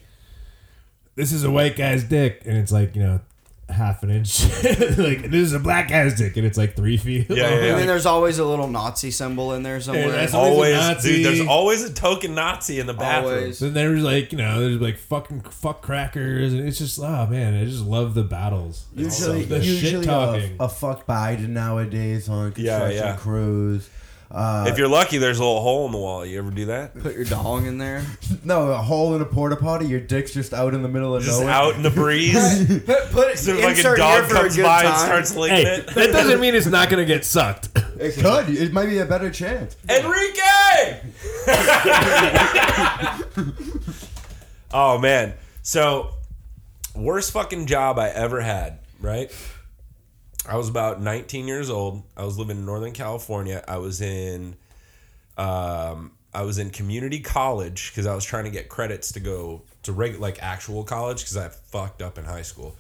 Speaker 4: this is a white guy's dick, and it's like you know half an inch. like this is a black guy's dick, and it's like three feet.
Speaker 1: Yeah, yeah,
Speaker 2: And
Speaker 1: yeah.
Speaker 2: then there's always a little Nazi symbol in there somewhere.
Speaker 4: that's all- Always
Speaker 1: Always,
Speaker 4: a Nazi.
Speaker 1: dude. Therelong. There's always a token Nazi in the bathroom.
Speaker 2: Always.
Speaker 4: Then there's like you know there's like fucking fuck crackers, and it's just oh man, I just love the battles. It's
Speaker 3: usually,
Speaker 4: so- the
Speaker 3: usually
Speaker 4: shit
Speaker 3: a,
Speaker 4: talking.
Speaker 3: a fuck Biden nowadays on construction
Speaker 1: Yeah, yeah.
Speaker 3: crews. Uh,
Speaker 1: If you're lucky, there's a little hole in the wall. You ever do that?
Speaker 2: Put your dong in there.
Speaker 3: no, a hole in a porta potty. Your dick's just out in the middle of
Speaker 1: Just
Speaker 3: nowhere.
Speaker 1: out in the breeze.
Speaker 2: Put, put
Speaker 1: so like a dog comes by and starts licking
Speaker 4: hey,
Speaker 1: it.
Speaker 4: that doesn't mean it's not gonna get sucked.
Speaker 3: It could. It might be a better chance.
Speaker 1: Enrique! oh man. So worst fucking job I ever had, right? I was about 19 years old. I was living in Northern California. I was in um I was in community college because I was trying to get credits to go to reg- like actual college because I fucked up in high school.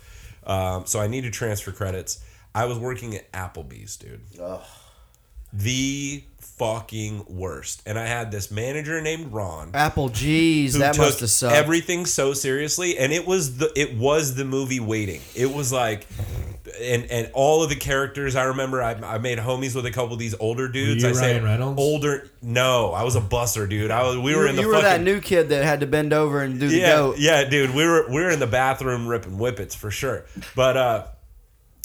Speaker 1: Um, so I needed transfer credits. I was working at Applebee's, dude the fucking worst. And I had this manager named Ron
Speaker 2: Apple G's. That
Speaker 1: took
Speaker 2: must have sucked.
Speaker 1: everything so seriously. And it was the it was the movie Waiting. It was like. And, and all of the characters I remember I, I made homies with a couple of these older dudes.
Speaker 4: you
Speaker 1: I say
Speaker 4: Ryan Reynolds?
Speaker 1: older no, I was a buster dude. I was we were in the
Speaker 2: you were that
Speaker 1: fucking
Speaker 2: new kid that had to bend over and do the
Speaker 1: yeah,
Speaker 2: goat.
Speaker 1: Yeah, dude, we were we were in the bathroom ripping whippets for sure. But uh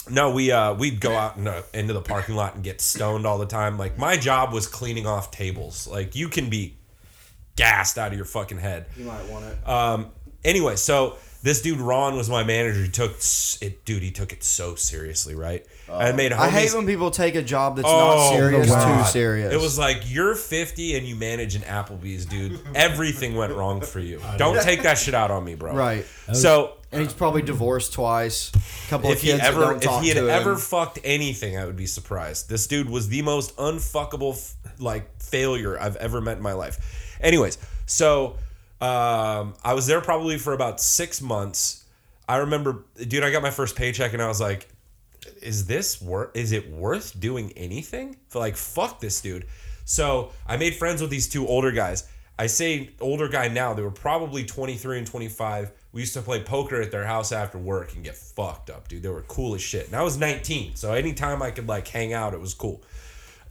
Speaker 1: no, we uh we'd go out and, uh, into the parking lot and get stoned all the time. Like my job was cleaning off tables. Like you can be gassed out of your fucking head.
Speaker 2: You might want it.
Speaker 1: Um, anyway, so this dude Ron was my manager. He took s- it, dude. He took it so seriously, right?
Speaker 2: Oh.
Speaker 1: I made homies.
Speaker 2: I hate when people take a job that's
Speaker 1: Oh,
Speaker 2: not serious
Speaker 1: God.
Speaker 2: too serious.
Speaker 1: It was like you're 50 and you manage an Applebee's, dude. Everything went wrong for you. Don't take that shit out on me, bro.
Speaker 2: Right.
Speaker 1: So
Speaker 2: And he's probably divorced twice. couple
Speaker 1: if
Speaker 2: of
Speaker 1: he
Speaker 2: kids that
Speaker 1: ever
Speaker 2: don't
Speaker 1: if
Speaker 2: talk
Speaker 1: he had
Speaker 2: to
Speaker 1: ever
Speaker 2: him.
Speaker 1: fucked anything, I would be surprised. This dude was the most unfuckable f- like failure I've ever met in my life. Anyways, so um, I was there probably for about six months. I remember, dude, I got my first paycheck and I was like, "Is this worth? Is it worth doing anything?" For like, fuck this dude. So I made friends with these two older guys. I say older guy now; they were probably twenty three and twenty five. We used to play poker at their house after work and get fucked up, dude. They were cool as shit. And I was 19, so anytime I could like hang out, it was cool.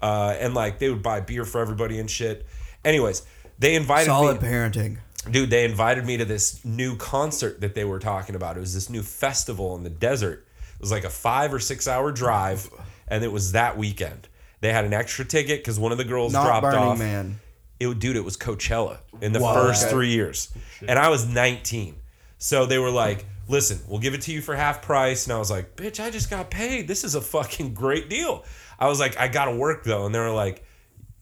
Speaker 1: Uh, and like they would buy beer for everybody and shit. Anyways, they invited
Speaker 2: Solid
Speaker 1: me
Speaker 2: parenting.
Speaker 1: dude they invited me to this new concert that they were talking about it was this new festival in the desert it was like a five or six hour drive and it was that weekend they had an extra ticket because one of the girls
Speaker 2: Not
Speaker 1: dropped
Speaker 2: Burning
Speaker 1: off
Speaker 2: Man.
Speaker 1: it dude it was coachella in the
Speaker 3: Wow.
Speaker 1: first
Speaker 3: Okay.
Speaker 1: three years and i was 19 so they were like listen we'll give it to you for half price and i was like bitch i just got paid this is a fucking great deal i was like i gotta work though and they were like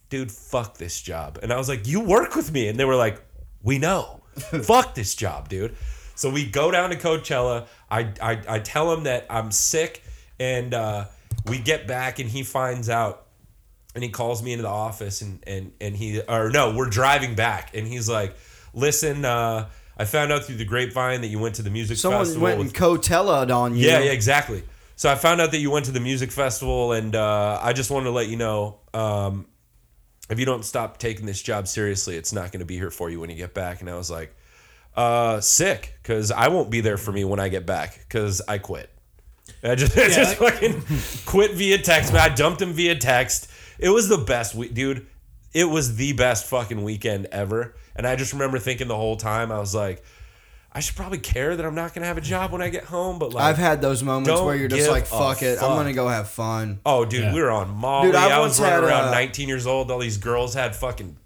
Speaker 1: dude fuck this job and i was like you work with me and they were like we know fuck this job dude so we go down to coachella i i, I tell him that i'm sick and uh, we get back and he finds out and he calls me into the office and and and he or no we're driving back and he's like listen uh i found out through the grapevine that you went to the music
Speaker 2: Someone
Speaker 1: festival
Speaker 2: went
Speaker 1: with-
Speaker 2: and cotella on you.
Speaker 1: yeah yeah exactly so i found out that you went to the music festival and uh i just wanted to let you know um if you don't stop taking this job seriously it's not going to be here for you when you get back and i was like uh sick because i won't be there for me when i get back because i quit I just, I just fucking quit via text. Man, I dumped him via text. It was the best week, dude. It was the best fucking weekend ever. And I just remember thinking the whole time, I was like, I should probably care that I'm not gonna have a job when I get home. But like,
Speaker 2: I've had those moments
Speaker 1: Don't
Speaker 2: where you're just
Speaker 1: give
Speaker 2: like,
Speaker 1: a
Speaker 2: fuck it, I'm
Speaker 1: fuck.
Speaker 2: gonna go have fun.
Speaker 1: oh, dude,
Speaker 4: Yeah.
Speaker 1: we were on Molly.
Speaker 2: Dude, I
Speaker 1: I,
Speaker 2: once
Speaker 1: was running
Speaker 2: had,
Speaker 1: around
Speaker 2: uh,
Speaker 1: 19 years old. All these girls had fucking.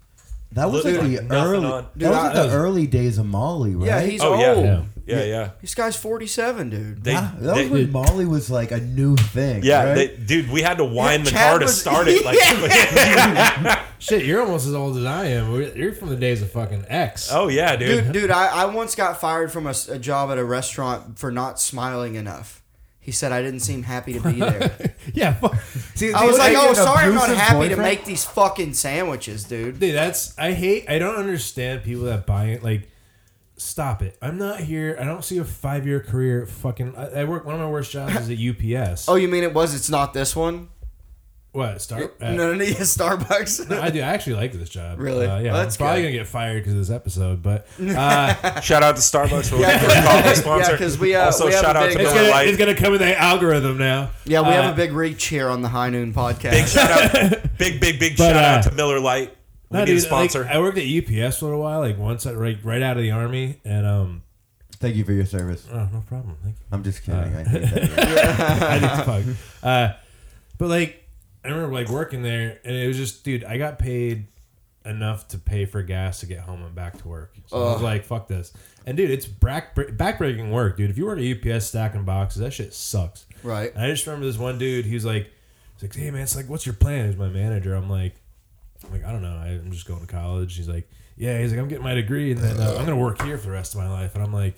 Speaker 3: That was like
Speaker 1: Literally
Speaker 3: the
Speaker 1: nothing
Speaker 3: early.
Speaker 1: on-
Speaker 3: that was
Speaker 2: Dude,
Speaker 3: like
Speaker 4: I-
Speaker 3: the early days of Molly, right?
Speaker 2: Yeah, he's
Speaker 1: Oh
Speaker 2: old.
Speaker 1: yeah. yeah,
Speaker 4: Yeah.
Speaker 1: yeah,
Speaker 2: This guy's 47, dude.
Speaker 1: They,
Speaker 3: Ah, that
Speaker 1: they-
Speaker 3: was when Molly was like a new thing.
Speaker 1: yeah,
Speaker 3: right?
Speaker 1: they, dude, we had to wind the
Speaker 2: Chad
Speaker 1: car to
Speaker 2: was-
Speaker 1: start it. Like,
Speaker 4: Shit, you're almost as old as I am. We're- You're from the days of fucking X.
Speaker 1: oh yeah, dude.
Speaker 2: dude, dude, I, I once got fired from a, s- a job at a restaurant for not smiling enough. He said I didn't seem happy to be there.
Speaker 4: yeah, fuck.
Speaker 3: See,
Speaker 2: I
Speaker 3: they
Speaker 2: was
Speaker 3: were
Speaker 2: like,
Speaker 3: making
Speaker 2: oh,
Speaker 3: an
Speaker 2: sorry, I'm not
Speaker 3: abusive
Speaker 2: happy to
Speaker 3: boyfriend.
Speaker 2: make these fucking sandwiches, dude.
Speaker 4: Dude, that's I hate. I don't understand people that buy it. Like, stop it. I'm not here. I don't see a five year career. Fucking, I, I work. One of my worst jobs is at UPS.
Speaker 2: Oh, you mean it was? It's not this one?
Speaker 4: what? Start.
Speaker 2: No, no, no, yeah, Starbucks.
Speaker 4: I do. I actually like this job.
Speaker 2: Really?
Speaker 4: Uh, yeah.
Speaker 2: Well,
Speaker 4: I'm
Speaker 2: that's
Speaker 4: probably
Speaker 2: good.
Speaker 4: gonna get fired because of this episode, but uh,
Speaker 1: Shout out to Starbucks for yeah, coffee sponsor.
Speaker 2: 'cause we, uh,
Speaker 1: also
Speaker 2: we have
Speaker 1: shout
Speaker 2: a
Speaker 1: out
Speaker 2: big-
Speaker 1: to
Speaker 4: it's,
Speaker 1: Miller
Speaker 4: gonna,
Speaker 1: Lite.
Speaker 4: it's gonna come in the algorithm now.
Speaker 2: yeah, we
Speaker 4: Uh,
Speaker 2: have a big reach here on the High Noon podcast.
Speaker 1: Big shout out, big big big
Speaker 4: But,
Speaker 1: shout out
Speaker 4: uh,
Speaker 1: to Miller Lite. We
Speaker 4: No,
Speaker 1: need a
Speaker 4: dude,
Speaker 1: sponsor.
Speaker 4: like, I worked at UPS for a while, like once I, right right out of the army, and um,
Speaker 3: Thank you for your service.
Speaker 4: oh, no problem. Thank you.
Speaker 3: I'm just kidding. I hate that.
Speaker 4: I did fuck. Uh, but like, I remember like working there, and it was just, dude, I got paid enough to pay for gas to get home and back to work. So I was like, fuck this. And dude, it's back backbreaking work, dude. If you work at UPS stacking boxes, that shit sucks.
Speaker 2: Right.
Speaker 4: And I just remember this one dude. He was like, he's like, hey man, it's like, what's your plan? He's my manager. I'm like, I'm like, I don't know. I'm just going to college. He's like, yeah. He's like, I'm getting my degree, and then uh, I'm gonna work here for the rest of my life. And I'm like,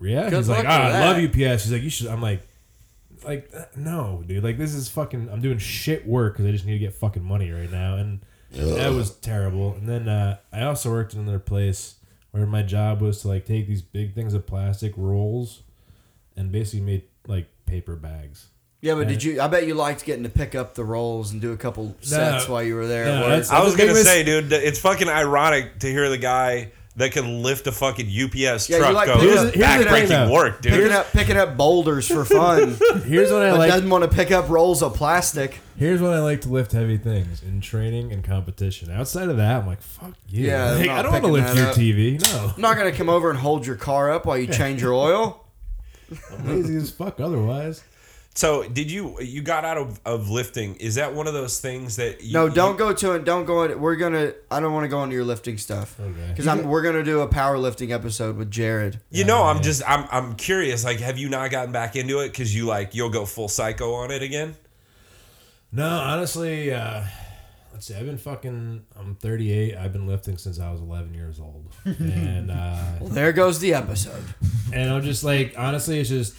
Speaker 4: yeah.
Speaker 2: Good
Speaker 4: He's like,
Speaker 2: luck
Speaker 4: ah,
Speaker 2: with
Speaker 4: I love
Speaker 2: that."
Speaker 4: UPS. He's like, you should. I'm like, like uh, no, dude. Like this is fucking. I'm doing shit work because I just need to get fucking money right now, and that was terrible. And then uh, I also worked in another place where my job was to like take these big things of plastic rolls and basically made like paper bags.
Speaker 2: Yeah, but did you? I bet you liked getting to pick up the rolls and do a couple sets while you were there.
Speaker 4: No,
Speaker 2: at work.
Speaker 4: that's-
Speaker 1: I was
Speaker 4: the big
Speaker 1: gonna
Speaker 4: mis-
Speaker 1: say, dude, that it's fucking ironic to hear the guy that can lift a fucking UPS
Speaker 2: Yeah, you
Speaker 1: truck
Speaker 2: like
Speaker 1: go
Speaker 2: picking
Speaker 1: "This
Speaker 2: up-
Speaker 1: is
Speaker 4: Here's the thing,
Speaker 1: backbreaking
Speaker 4: though.
Speaker 1: work, dude.
Speaker 2: picking up picking up boulders for fun,
Speaker 4: Here's what I
Speaker 2: but
Speaker 4: like.
Speaker 2: doesn't want to pick up rolls of plastic.
Speaker 4: Here's what I like to lift heavy things in training and competition. Outside of that, I'm like, fuck you.
Speaker 2: Yeah, I'm
Speaker 4: Like,
Speaker 2: not
Speaker 4: I don't want to
Speaker 2: picking
Speaker 4: lift
Speaker 2: that
Speaker 4: your
Speaker 2: up.
Speaker 4: TV. No,
Speaker 2: I'm not gonna come over and hold your car up while you change your oil.
Speaker 4: I'm lazy as fuck. Otherwise,
Speaker 1: So, did you you got out of, of lifting? Is that one of those things that you,
Speaker 2: No, don't go to it. Don't go in. We're gonna. I don't want to go into your lifting stuff
Speaker 4: Okay.
Speaker 2: because I'm. We're gonna do a powerlifting episode with Jared.
Speaker 1: You know, I'm just I'm I'm curious. Like, have you not gotten back into it because you like you'll go full psycho on it again?
Speaker 4: no. Honestly, uh, let's see. I've been fucking. I'm 38. I've been lifting since I was 11 years old, and uh,
Speaker 2: There goes the episode.
Speaker 4: and I'm just like, honestly, it's just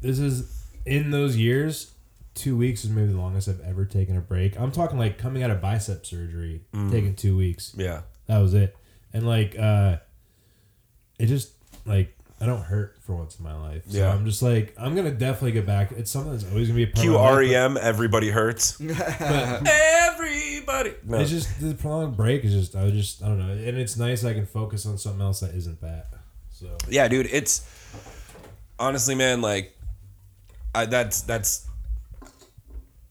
Speaker 4: this is in those years. Two weeks is maybe the longest I've ever taken a break. I'm talking like coming out of bicep surgery,
Speaker 2: Mm.
Speaker 4: taking two weeks.
Speaker 1: Yeah.
Speaker 4: that was it and like uh it just like i don't hurt for once in my life so
Speaker 1: Yeah.
Speaker 4: i'm just like i'm gonna definitely get back it's something that's always gonna be a part
Speaker 1: Q
Speaker 4: of my life,
Speaker 1: R E M. Everybody hurts. everybody. No.
Speaker 4: but it's just the prolonged break is just i was just i don't know and it's nice i can focus on something else that isn't that so So
Speaker 1: yeah, dude, it's honestly, man, like I, that's that's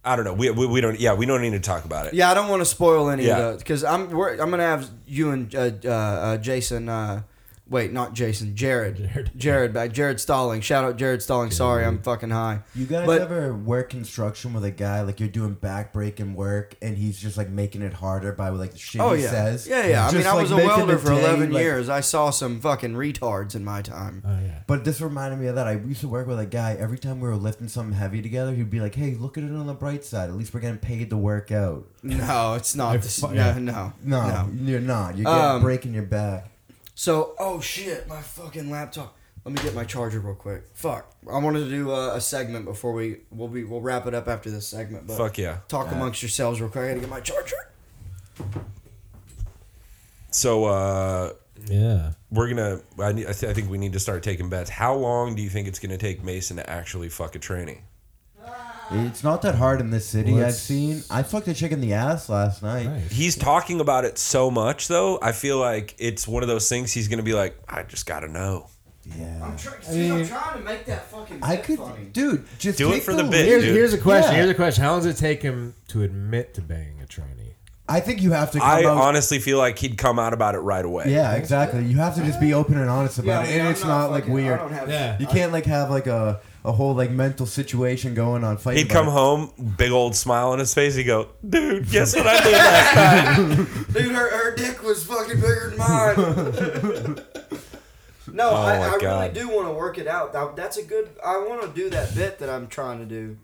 Speaker 1: I don't know. We, we, we don't yeah we don't need to talk about it.
Speaker 2: Yeah, I don't want to spoil any
Speaker 1: Yeah.
Speaker 2: of those because I'm we're, I'm gonna have you and uh, uh, uh, Jason. Uh, wait, not Jason. Jared.
Speaker 4: Jared.
Speaker 2: Jared back. Jared Stalling. Shout out Jared Stalling. Sorry, I'm fucking high.
Speaker 3: You guys
Speaker 2: But-
Speaker 3: ever work construction with a guy like you're doing back breaking work and he's just like making it harder by like the shit
Speaker 2: Oh
Speaker 3: he
Speaker 2: yeah.
Speaker 3: says?
Speaker 2: yeah, yeah. I
Speaker 3: Just,
Speaker 2: mean, I
Speaker 3: like,
Speaker 2: was a
Speaker 3: making
Speaker 2: welder
Speaker 3: the
Speaker 2: for
Speaker 3: day,
Speaker 2: 11
Speaker 3: like-
Speaker 2: years. I saw some fucking retards in my time.
Speaker 4: oh yeah.
Speaker 3: But this reminded me of that. I used to work with a guy. Every time we were lifting something heavy together, he'd be like, "Hey, look at it on the bright side. At least we're getting paid to work out."
Speaker 2: No, it's not.
Speaker 4: I
Speaker 2: the s
Speaker 4: fu-
Speaker 2: no,
Speaker 4: yeah.
Speaker 2: no,
Speaker 3: No, you're not. You're getting,
Speaker 2: Um,
Speaker 3: breaking your back.
Speaker 2: So, oh shit, my fucking laptop. Let me get my charger real quick. Fuck, I wanted to do uh, a segment before we we'll be we'll wrap it up after this segment. But
Speaker 1: Fuck yeah.
Speaker 2: talk amongst yourselves real quick. I gotta get my charger.
Speaker 1: So uh,
Speaker 4: Yeah.
Speaker 1: we're gonna. I, need, I, th- I think we need to start taking bets. How long do you think it's gonna take Mason to actually fuck a tranny?
Speaker 3: It's not that hard in this city.
Speaker 4: Let's-
Speaker 3: I've seen. I fucked a chick in the ass last night.
Speaker 4: Nice.
Speaker 1: He's talking about it so much though. I feel like it's one of those things. He's gonna be like, I just gotta know.
Speaker 3: Yeah,
Speaker 4: dude, I'm
Speaker 2: trying to make that fucking.
Speaker 3: I could, dude. Just
Speaker 1: Do it
Speaker 3: take
Speaker 1: for the bit.
Speaker 3: lead.
Speaker 4: Here's,
Speaker 1: dude.
Speaker 4: here's a question.
Speaker 3: Yeah.
Speaker 4: Here's a question. How long does it take him to admit to banging a tranny?
Speaker 3: I think you have to. Come
Speaker 1: I
Speaker 3: out,
Speaker 1: honestly feel like he'd come out about it right away.
Speaker 3: Yeah, exactly. You have to just be open and honest about it, and it's not, like weird.
Speaker 4: Yeah.
Speaker 3: You can't like have like a a whole like mental situation going on. Fighting.
Speaker 1: He'd come
Speaker 3: about
Speaker 1: home, big old smile on his face. He'd go, dude, guess what I did last night?
Speaker 2: Dude, her, her dick was fucking bigger than mine. no,
Speaker 1: Oh,
Speaker 2: I,
Speaker 1: my
Speaker 2: I really
Speaker 1: God.
Speaker 2: do want to work it out. That- That's a good. I want to do that bit that I'm trying to do.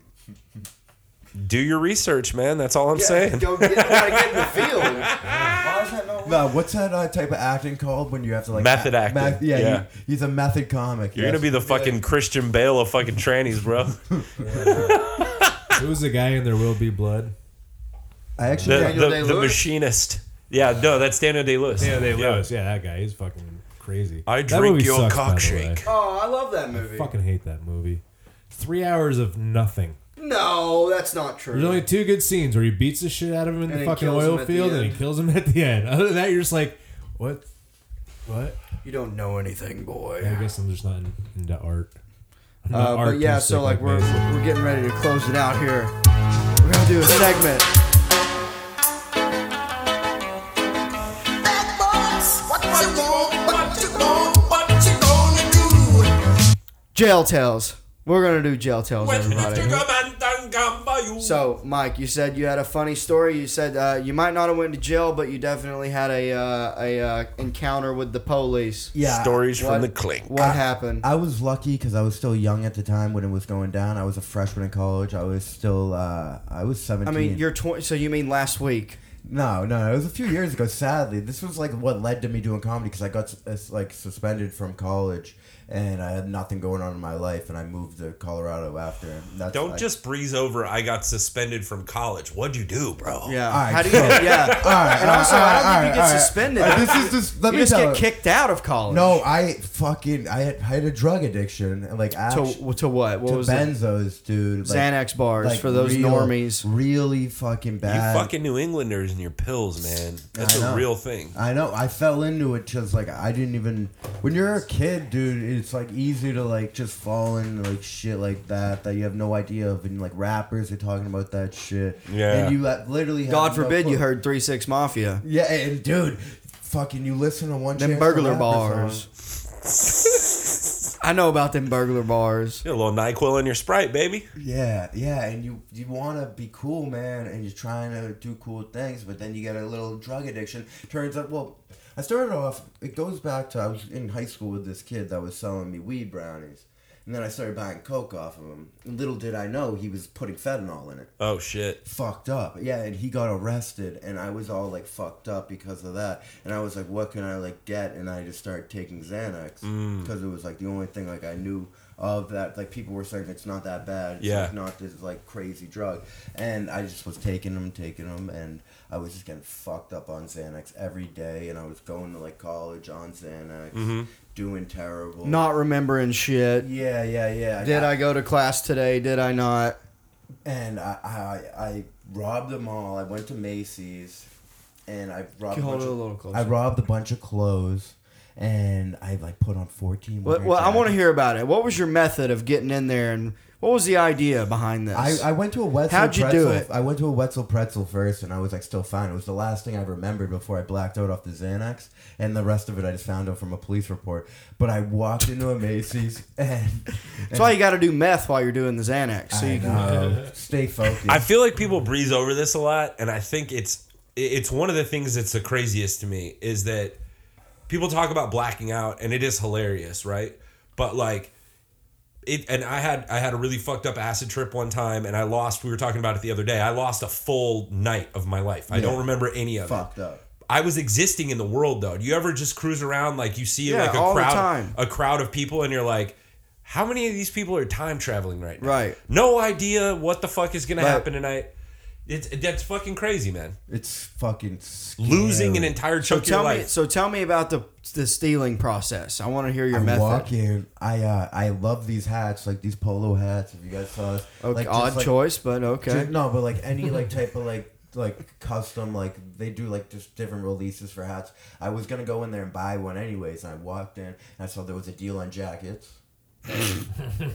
Speaker 1: Do your research, man. That's all I'm
Speaker 2: Yeah,
Speaker 1: saying.
Speaker 2: Go get, gotta get in the field. Why is that not
Speaker 3: it. No, what's that uh, type of acting called when you have to like
Speaker 1: Method
Speaker 3: act-
Speaker 1: acting.
Speaker 3: meth- yeah,
Speaker 1: Yeah.
Speaker 3: he- he's a method comic.
Speaker 1: You're gonna be the fucking Christian Bale of fucking trannies, bro.
Speaker 4: Who's the guy in There Will Be Blood?
Speaker 3: I
Speaker 1: The,
Speaker 3: actually.
Speaker 2: Daniel
Speaker 1: the, the
Speaker 2: Day-Lewis?
Speaker 1: machinist. Yeah, no, that's Daniel Day Lewis.
Speaker 4: Yeah, they lose. Yeah, that guy. He's fucking crazy.
Speaker 1: I
Speaker 4: That
Speaker 1: drink
Speaker 4: movie
Speaker 1: your
Speaker 4: sucks,
Speaker 1: cock
Speaker 4: by the
Speaker 1: shake.
Speaker 4: way.
Speaker 2: Oh, I love that movie.
Speaker 4: Fucking hate that movie. Three hours of nothing.
Speaker 2: No, that's not true.
Speaker 4: There's only two good scenes where he beats the shit out of him in
Speaker 2: And
Speaker 4: the
Speaker 2: he
Speaker 4: fucking
Speaker 2: kills
Speaker 4: oil
Speaker 2: him at the
Speaker 4: field and he
Speaker 2: end.
Speaker 4: kills him at the end. Other than that, you're just like, what? What?
Speaker 2: You don't know anything, boy.
Speaker 4: I guess I'm just not in, into art. I'm not
Speaker 2: Uh, but yeah, so
Speaker 4: artistic
Speaker 2: like we're
Speaker 4: Mason.
Speaker 2: we're getting ready to close it out here. We're gonna do a segment.
Speaker 5: Bad boys, what you want, what you want, what you gonna do?
Speaker 2: Jail tales. We're gonna do jail tales, everybody.
Speaker 1: So,
Speaker 2: So, Mike, you said you had a funny story. You said uh, you might not have went to jail, but you definitely had a uh, a uh, encounter with the police.
Speaker 3: Yeah,
Speaker 1: Stories
Speaker 2: What-
Speaker 1: from the clink.
Speaker 2: What happened?
Speaker 3: I was lucky because I was still young at the time when it was going down. I was a freshman in college. I was still, uh, I was
Speaker 2: I
Speaker 3: seventeen.
Speaker 2: mean, you're 20. So you mean last week?
Speaker 3: No, no, it was a few years ago. Sadly, this was like what led to me doing comedy because I got uh, like suspended from college and I had nothing going on in my life, and I moved to Colorado after. And That's
Speaker 1: Don't
Speaker 3: I-
Speaker 1: just breeze over. I got suspended from college. What'd you do, bro?
Speaker 2: Yeah.
Speaker 3: right,
Speaker 2: How do you?
Speaker 3: so-
Speaker 2: Get, yeah.
Speaker 3: All right,
Speaker 2: And
Speaker 3: all right,
Speaker 2: also,
Speaker 3: all right,
Speaker 2: I don't
Speaker 3: all
Speaker 2: think
Speaker 3: right,
Speaker 2: you
Speaker 3: all
Speaker 2: get
Speaker 3: right.
Speaker 2: suspended.
Speaker 3: Uh, This is just let
Speaker 2: you
Speaker 3: me
Speaker 2: just
Speaker 3: tell
Speaker 2: get
Speaker 3: you.
Speaker 2: kicked out of college.
Speaker 3: No, I fucking I had I had a drug addiction and like actually,
Speaker 2: To, to what? What
Speaker 3: to
Speaker 2: was it?
Speaker 3: benzos, dude. Like,
Speaker 2: Xanax bars
Speaker 3: like,
Speaker 2: for those
Speaker 3: real-
Speaker 2: normies.
Speaker 3: Really fucking
Speaker 1: You
Speaker 3: bad.
Speaker 1: fucking New Englanders and your pills, man. That's
Speaker 3: I
Speaker 1: a
Speaker 3: know.
Speaker 1: real thing.
Speaker 3: I know. I fell into it just like I didn't even. When you're a kid, dude, it's like easy to like just fall into like shit like that that you have no idea of, and like rappers are talking about that shit.
Speaker 1: Yeah.
Speaker 3: And you like, literally. have
Speaker 2: God
Speaker 3: no
Speaker 2: forbid you
Speaker 3: clue.
Speaker 2: heard Three Six Mafia.
Speaker 3: Yeah, and dude, fucking, you listen to one.
Speaker 2: Them
Speaker 3: Chance the
Speaker 2: burglar
Speaker 3: Rapper song.
Speaker 2: bars. I know about them burglar bars.
Speaker 1: Get a little Nyquil in your Sprite, baby.
Speaker 3: Yeah, yeah, and you you want to be cool, man, and you're trying to do cool things, but then you get a little drug addiction. Turns out, well, I started off. It goes back to I was in high school with this kid that was selling me weed brownies, and then I started buying coke off of him. Little did I know he was putting fentanyl in it.
Speaker 1: Oh shit.
Speaker 3: Fucked up, yeah, and he got arrested, and I was all like fucked up because of that, and I was like, what can I like get? And I just started taking Xanax because it was like the only thing like I knew of that. Like people were saying it's not that bad. It's,
Speaker 1: Yeah.
Speaker 3: like, not this like crazy drug. And I just was taking them, taking them, and I was just getting fucked up on Xanax every day. And I was going to like college on Xanax, doing terrible.
Speaker 2: Not remembering shit.
Speaker 3: Yeah, yeah, yeah.
Speaker 2: Did I go to class today? Did I not?
Speaker 3: And I, I, I robbed them all. I went to Macy's, and I robbed.
Speaker 2: Can you hold
Speaker 3: a bunch
Speaker 2: it a
Speaker 3: of-
Speaker 2: little closer?
Speaker 3: I robbed a bunch of clothes. and I like put on fourteen.
Speaker 2: Well,
Speaker 3: wearing
Speaker 2: well I
Speaker 3: jackets.
Speaker 2: want to hear about it. What was your method of getting in there, and what was the idea behind this?
Speaker 3: I, I went to a Wetzel
Speaker 2: How'd you do
Speaker 3: pretzel.
Speaker 2: it?
Speaker 3: I went to a Wetzel pretzel first, and I was like still fine. It was the last thing I remembered before I blacked out off the Xanax, and the rest of it I just found out from a police report. But I walked into a Macy's and,
Speaker 2: That's why you got to do meth while you're doing the Xanax, so
Speaker 3: I
Speaker 2: you can
Speaker 3: know. stay focused.
Speaker 1: I feel like people breeze over this a lot, and I think it's it's one of the things that's the craziest to me is that people talk about blacking out, and it is hilarious, right? But like it, and I had I had a really fucked up acid trip one time, and I lost. We were talking about it the other day. I lost a full night of my life. I don't remember any of it.
Speaker 3: fucked up.
Speaker 1: I was existing in the world though. Do you ever just cruise around like you see
Speaker 2: Yeah,
Speaker 1: like a
Speaker 2: all the
Speaker 1: crowd
Speaker 2: time.
Speaker 1: a crowd of people and you're like how many of these people are time traveling right now?
Speaker 2: Right.
Speaker 1: No idea what the fuck is going to
Speaker 2: Right.
Speaker 1: happen tonight. It's that's fucking crazy, man.
Speaker 3: It's fucking scary.
Speaker 1: Losing an entire
Speaker 2: So
Speaker 1: chunk of your
Speaker 2: tell me.
Speaker 1: life.
Speaker 2: So tell me about the the stealing process. I want to hear your
Speaker 3: I
Speaker 2: method.
Speaker 3: walk in. I uh, I love these hats, like these polo hats. If you guys saw this,
Speaker 2: Okay,
Speaker 3: like, just,
Speaker 2: odd
Speaker 3: like,
Speaker 2: choice, but Oh, okay.
Speaker 3: Ju- no, but like any like type of like like custom like they do like just different releases for hats. I was gonna go in there and buy one anyways, and I walked in and I saw there was a deal on jackets.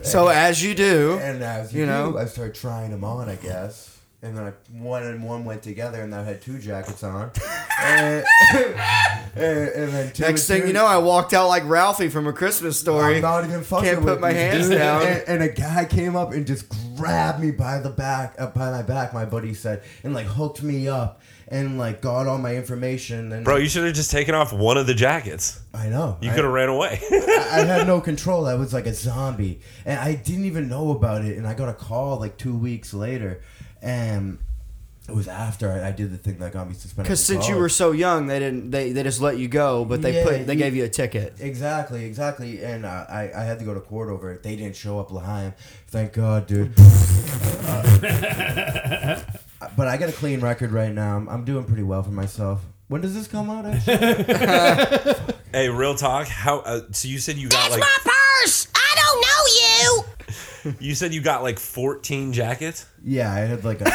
Speaker 2: so as you do,
Speaker 3: And as you,
Speaker 2: You know?
Speaker 3: know, I started trying them on, I guess. And then I, one and one went together, and then I had two jackets on. and, and, and then two
Speaker 2: next
Speaker 3: and
Speaker 2: thing
Speaker 3: two-
Speaker 2: you know, I walked out like Ralphie from A Christmas Story.
Speaker 3: I'm not even fucking
Speaker 2: Can't put
Speaker 3: with
Speaker 2: my
Speaker 3: you.
Speaker 2: hands down.
Speaker 3: And, and a guy came up and just grabbed me by the back, uh, by my back. My buddy said, and like hooked me up and like got all my information. And
Speaker 1: Bro, you should have just taken off one of the jackets.
Speaker 3: I know
Speaker 1: You
Speaker 3: I-
Speaker 1: could have ran away.
Speaker 3: I, I had no control. I was like a zombie, and I didn't even know about it. And I got a call like two weeks later, and it was after I, I did the thing that got me suspended.
Speaker 2: Because
Speaker 3: from
Speaker 2: since you were
Speaker 3: college.
Speaker 2: so young, they didn't. They, they just let you go, but they
Speaker 3: Yeah,
Speaker 2: put they
Speaker 3: you-
Speaker 2: gave you a ticket.
Speaker 3: Exactly, exactly, and uh, I I had to go to court over it. They didn't show up, Lahaim. Thank God, dude. Uh, but I got a clean record right now. I'm, I'm doing pretty well for myself. When does this come out? Actually?
Speaker 1: hey, real talk. How uh, so you said you got
Speaker 5: That's
Speaker 1: like
Speaker 5: my purse. I don't know you.
Speaker 1: you said you got like 14 jackets?
Speaker 3: yeah, I had like a,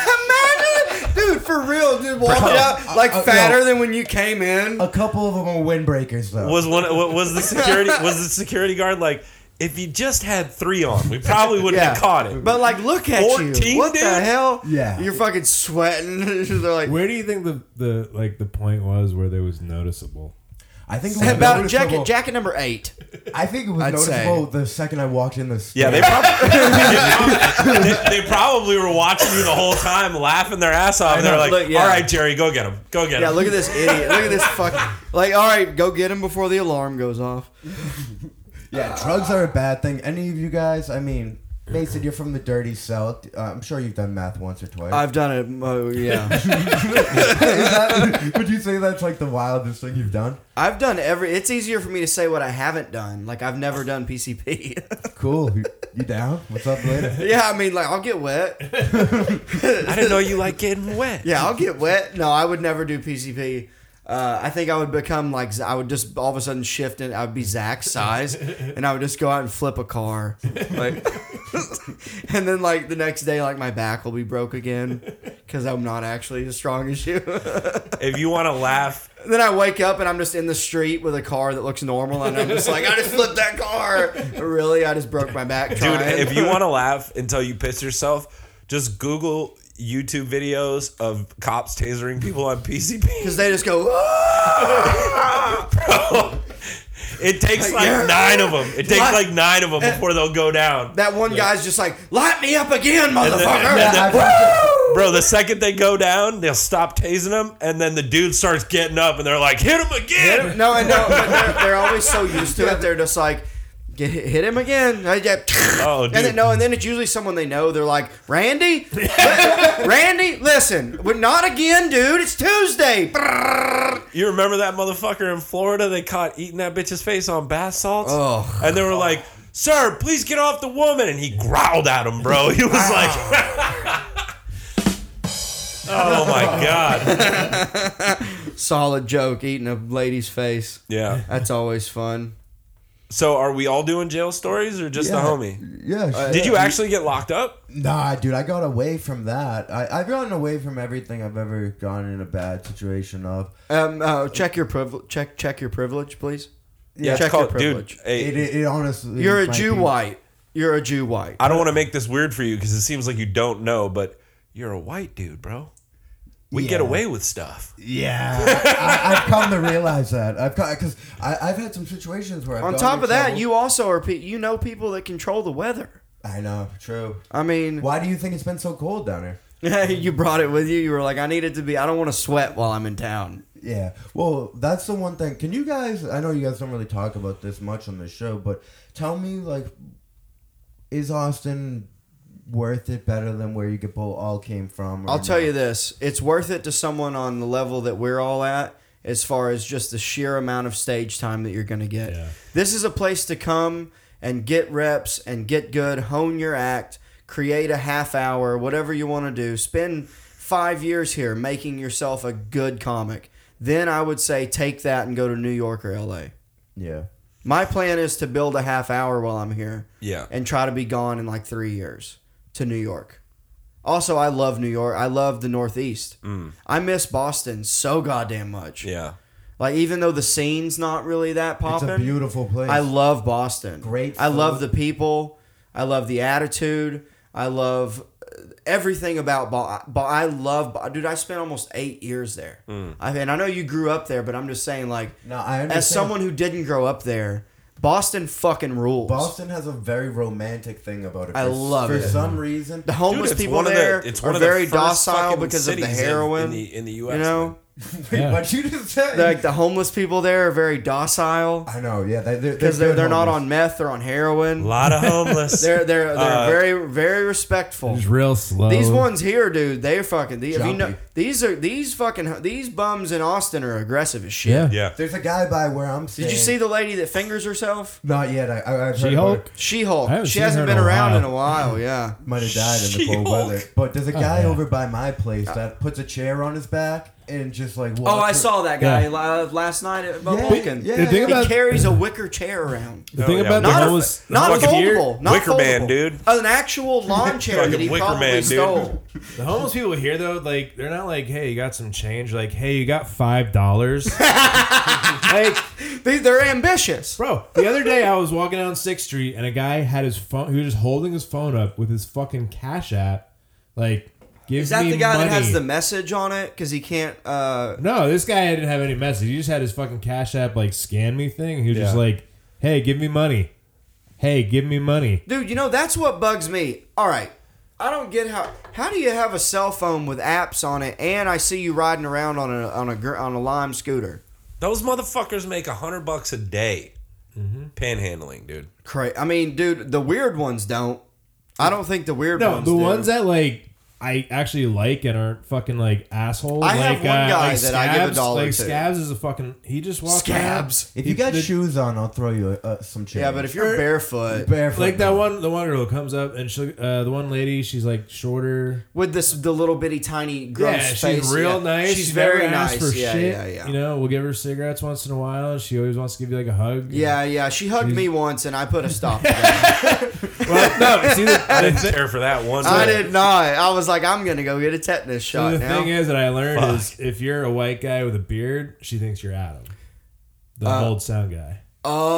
Speaker 2: Dude, for real, dude, walking out like
Speaker 3: uh,
Speaker 2: fatter than when you came in.
Speaker 3: a couple of them are windbreakers though.
Speaker 1: Was one wa- was the security was the security guard like if you just had 3 on, we probably wouldn't have caught it.
Speaker 2: But like, look at
Speaker 1: 14,
Speaker 2: you. What
Speaker 1: dude?
Speaker 2: the hell?
Speaker 3: Yeah.
Speaker 2: you're fucking sweating. They're like,
Speaker 4: Where do you think the, the like the point was where there was noticeable?
Speaker 3: I think it was
Speaker 2: about
Speaker 3: noticeable-
Speaker 2: jacket jacket number eight.
Speaker 3: I think it was
Speaker 2: I'd
Speaker 3: noticeable the second I walked in this.
Speaker 1: Yeah, they probably they, they probably were watching you the whole time, laughing their ass off. and They're
Speaker 2: know,
Speaker 1: like,
Speaker 2: look, yeah.
Speaker 1: "All right, Jerry, go get him, go get
Speaker 2: Yeah,
Speaker 1: him."
Speaker 2: look at this idiot. Look at this fucking. Like, all right, go get him before the alarm goes off.
Speaker 3: Yeah, drugs are a bad thing. Any of you guys? I mean, Mason, you're from the dirty south. Uh, I'm sure you've done math once or twice.
Speaker 2: I've done it. Oh, yeah,
Speaker 3: Is
Speaker 2: Uh,
Speaker 3: that- would you say that's like the wildest thing you've done?
Speaker 2: I've done every. It's easier for me to say what I haven't done. Like, I've never done PCP.
Speaker 3: Cool. You, you down? What's up later?
Speaker 2: yeah, I mean, like, I'll get wet.
Speaker 1: I didn't know you like getting wet.
Speaker 2: Yeah, I'll get wet. No, I would never do PCP. Uh, I think I would become like Z- I would just all of a sudden shift and I would be Zach's size, and I would just go out and flip a car, like, and then like the next day like my back will be broke again because I'm not actually as strong as you.
Speaker 1: If you want to laugh,
Speaker 2: And then I wake up and I'm just in the street with a car that looks normal, and I'm just like, I just flipped that car. really, I just broke my back.
Speaker 1: dude,
Speaker 2: trying.
Speaker 1: if you want to laugh until you piss yourself, just Google YouTube videos of cops tasering people on PCP.
Speaker 2: because they just go, "Ah!"
Speaker 1: Bro, it takes like
Speaker 2: yeah. Eh.
Speaker 1: nine of them. It takes
Speaker 2: What?
Speaker 1: like nine of them before they'll go down.
Speaker 2: that one guy's just like, light me up again, motherfucker.
Speaker 1: and
Speaker 3: I've-
Speaker 1: Bro, the second they go down, they'll stop tasing them, and then the dude starts getting up, and they're like, "Hit him again!"
Speaker 2: no, I know, but they're, they're always so used to it. They're just like, get hit, hit him again. I get-
Speaker 1: Oh,
Speaker 2: and
Speaker 1: dude.
Speaker 2: then no, and then it's usually someone they know. They're like, Randy, Randy, listen, but not again, dude. It's Tuesday.
Speaker 1: You remember that motherfucker in Florida? They caught eating that bitch's face on bath salts,
Speaker 2: Oh.
Speaker 1: and they were like, "Sir, please get off the woman!" And he growled at him, bro. He was like, "Oh my god!"
Speaker 2: Solid joke, eating a lady's face.
Speaker 1: Yeah.
Speaker 2: That's always fun.
Speaker 1: So, are we all doing jail stories or just
Speaker 3: Yeah. Uh,
Speaker 1: the homie?
Speaker 3: Yeah. sure.
Speaker 1: Did you actually get locked up?
Speaker 3: Nah, dude, I got away from that. I, I've gotten away from everything I've ever gone in a bad situation of.
Speaker 2: Um, uh, check your privilege. Check check your privilege, please.
Speaker 1: Yeah, it's
Speaker 2: check your
Speaker 1: called, dude.
Speaker 2: privilege.
Speaker 1: hey,
Speaker 3: It, it, it honestly.
Speaker 2: You're a
Speaker 3: might
Speaker 2: Jew
Speaker 3: be-
Speaker 2: white. You're a Jew white.
Speaker 1: I don't want to make this weird for you because it seems like you don't know, but you're a white dude, bro. We get
Speaker 3: Yeah.
Speaker 1: away with stuff.
Speaker 3: Yeah, I, I, I've come to realize that. I've because I've had some situations where I've
Speaker 2: On
Speaker 3: gotten
Speaker 2: top
Speaker 3: in
Speaker 2: of that,
Speaker 3: trouble.
Speaker 2: you also are pe- you know people that control the weather.
Speaker 3: I know, true.
Speaker 2: I mean,
Speaker 3: Why do you think it's been so cold down here?
Speaker 2: you brought it with you. You were like, I need it to be. I don't want to sweat while I'm in town.
Speaker 3: Yeah. Well, that's the one thing. Can you guys? I know you guys don't really talk about this much on the show, but tell me, like, is Austin worth it better than where you people all came from? or
Speaker 2: I'll tell
Speaker 3: no?
Speaker 2: you this: it's worth it to someone on the level that we're all at, as far as just the sheer amount of stage time that you're going to get.
Speaker 4: Yeah.
Speaker 2: This is a place to come and get reps and get good, hone your act, create a half hour, whatever you want to do. Spend five years here making yourself a good comic. Then I would say take that and go to New York or LA.
Speaker 3: Yeah.
Speaker 2: My plan is to build a half hour while I'm here
Speaker 1: Yeah.
Speaker 2: and try to be gone in like three years to New York. Also, I love New York. I love the Northeast. I miss Boston so goddamn much.
Speaker 1: Yeah.
Speaker 2: Like, even though the scene's not really that
Speaker 3: It's
Speaker 2: poppin',
Speaker 3: a beautiful place.
Speaker 2: I love Boston.
Speaker 3: Great
Speaker 2: I love the
Speaker 3: food.
Speaker 2: people. I love the attitude. I love uh, everything about Boston. Bo- I love, Bo- dude. I spent almost eight years there. I mean, I know you grew up there, but I'm just saying, like,
Speaker 3: No, I understand.
Speaker 2: as someone who didn't grow up there, Boston fucking rules.
Speaker 3: Boston has a very romantic thing about it.
Speaker 2: I
Speaker 3: For-
Speaker 2: love
Speaker 3: for
Speaker 2: it.
Speaker 3: some reason.
Speaker 2: The homeless
Speaker 1: Dude, it's
Speaker 2: people
Speaker 1: one of the-
Speaker 2: there
Speaker 1: it's
Speaker 2: are
Speaker 1: one of the
Speaker 2: very
Speaker 1: first
Speaker 2: docile
Speaker 1: fucking
Speaker 2: because of the
Speaker 1: cities in- in
Speaker 2: heroin.
Speaker 1: the- in the US,
Speaker 2: you
Speaker 1: man.
Speaker 2: know,
Speaker 3: Wait,
Speaker 4: Yeah.
Speaker 3: what you just said?
Speaker 2: like the homeless people there are very docile
Speaker 3: I know. Yeah, they, they're
Speaker 2: because they're
Speaker 3: good
Speaker 2: they're not
Speaker 3: homeless.
Speaker 2: on meth; they're on
Speaker 1: A
Speaker 2: heroin.
Speaker 1: lot of homeless.
Speaker 2: They're they're they're
Speaker 1: Uh,
Speaker 2: very very respectful.
Speaker 4: It's real slow.
Speaker 2: These ones here, dude, they're fucking. These, if you know,
Speaker 3: Jumpy.
Speaker 2: these are these fucking these bums in Austin are aggressive as shit.
Speaker 4: Yeah.
Speaker 1: yeah.
Speaker 3: There's a guy by where I'm. Staying.
Speaker 2: Did you see the lady that fingers herself?
Speaker 3: Not yet. I, I, I've heard
Speaker 4: She
Speaker 3: about it.
Speaker 4: Hulk.
Speaker 2: She
Speaker 4: I
Speaker 2: Hulk.
Speaker 4: haven't
Speaker 2: She
Speaker 4: seen her
Speaker 2: hasn't
Speaker 4: in
Speaker 2: been
Speaker 4: a
Speaker 2: around
Speaker 4: while.
Speaker 2: in a while. Yeah.
Speaker 3: Might have died in the cold
Speaker 1: She-Hulk.
Speaker 3: weather. But there's a
Speaker 2: Oh,
Speaker 3: guy
Speaker 4: yeah.
Speaker 3: over by my place that puts a chair on his back and just like walks.
Speaker 2: Oh, I saw that guy
Speaker 4: Yeah.
Speaker 2: li- last night at Bud
Speaker 3: Yeah,
Speaker 2: Walkin.
Speaker 3: yeah,
Speaker 4: The thing
Speaker 2: He
Speaker 4: about-
Speaker 2: carries a wicker chair around.
Speaker 4: The thing
Speaker 1: yeah.
Speaker 4: about
Speaker 1: Not
Speaker 4: the
Speaker 1: a-
Speaker 4: homeless,
Speaker 2: Not
Speaker 1: fucking
Speaker 2: foldable. Not
Speaker 1: Wicker
Speaker 2: foldable.
Speaker 1: Man, dude.
Speaker 2: An actual lawn chair that
Speaker 1: Fucking
Speaker 2: he
Speaker 1: Wicker
Speaker 2: probably
Speaker 1: Man, dude.
Speaker 2: stole.
Speaker 4: the homeless people here though, like they're not like, hey, you got some change. Like, hey, you got five dollars. like,
Speaker 2: They, they're ambitious.
Speaker 4: bro, the other day I was walking down Sixth Street and a guy had his phone. He was just holding his phone up with his fucking Cash App. Like, give
Speaker 2: Is that
Speaker 4: me
Speaker 2: the guy that has
Speaker 4: money.
Speaker 2: the message on it? Because he can't. Uh,
Speaker 4: No, this guy didn't have any message. He just had his fucking Cash App like scan me thing. He was just
Speaker 1: Yeah.
Speaker 4: like, "Hey, give me money. Hey, give me money."
Speaker 2: dude, you know that's what bugs me. All right, I don't get how. How do you have a cell phone with apps on it, and I see you riding around on a on a gr- on a lime scooter?
Speaker 1: Those motherfuckers make a hundred bucks a day panhandling, dude.
Speaker 2: Cra- I mean, dude, the weird ones don't. I don't think the weird
Speaker 4: No,
Speaker 2: ones.
Speaker 4: the
Speaker 2: do.
Speaker 4: ones that like I actually like and aren't fucking like assholes.
Speaker 2: I have
Speaker 4: like,
Speaker 2: one
Speaker 4: uh,
Speaker 2: guy
Speaker 4: like
Speaker 2: that I give a
Speaker 4: Scabs.
Speaker 2: dollar
Speaker 4: Like
Speaker 2: to.
Speaker 4: Scabs is a fucking. He just walks
Speaker 2: Scabs.
Speaker 4: around.
Speaker 3: If you got
Speaker 4: the-
Speaker 3: shoes on, I'll throw you uh, some change.
Speaker 2: Yeah, but if you're barefoot
Speaker 3: barefoot,
Speaker 4: Like that one, the one girl comes up and she, uh, the one lady, she's like shorter.
Speaker 2: with this the little bitty tiny gross
Speaker 4: yeah, she's
Speaker 2: face,
Speaker 4: real
Speaker 2: yeah.
Speaker 4: nice.
Speaker 2: She's
Speaker 4: She
Speaker 2: very
Speaker 4: never asks
Speaker 2: nice.
Speaker 4: For
Speaker 2: yeah,
Speaker 4: shit.
Speaker 2: yeah, yeah.
Speaker 4: You know, we'll give her cigarettes once in a while. and She always wants to give you like a hug.
Speaker 2: Yeah, yeah. She hugged me once, and I put a stop. to that.
Speaker 4: Well, no, see the,
Speaker 1: I didn't care for that one.
Speaker 2: I
Speaker 1: bit.
Speaker 2: did not. I was like, I'm gonna go get a tetanus
Speaker 4: So
Speaker 2: shot
Speaker 4: the
Speaker 2: now.
Speaker 4: thing is that I learned is if you're a white guy with a beard, she thinks you're Adam, the
Speaker 2: Uh,
Speaker 4: old sound guy.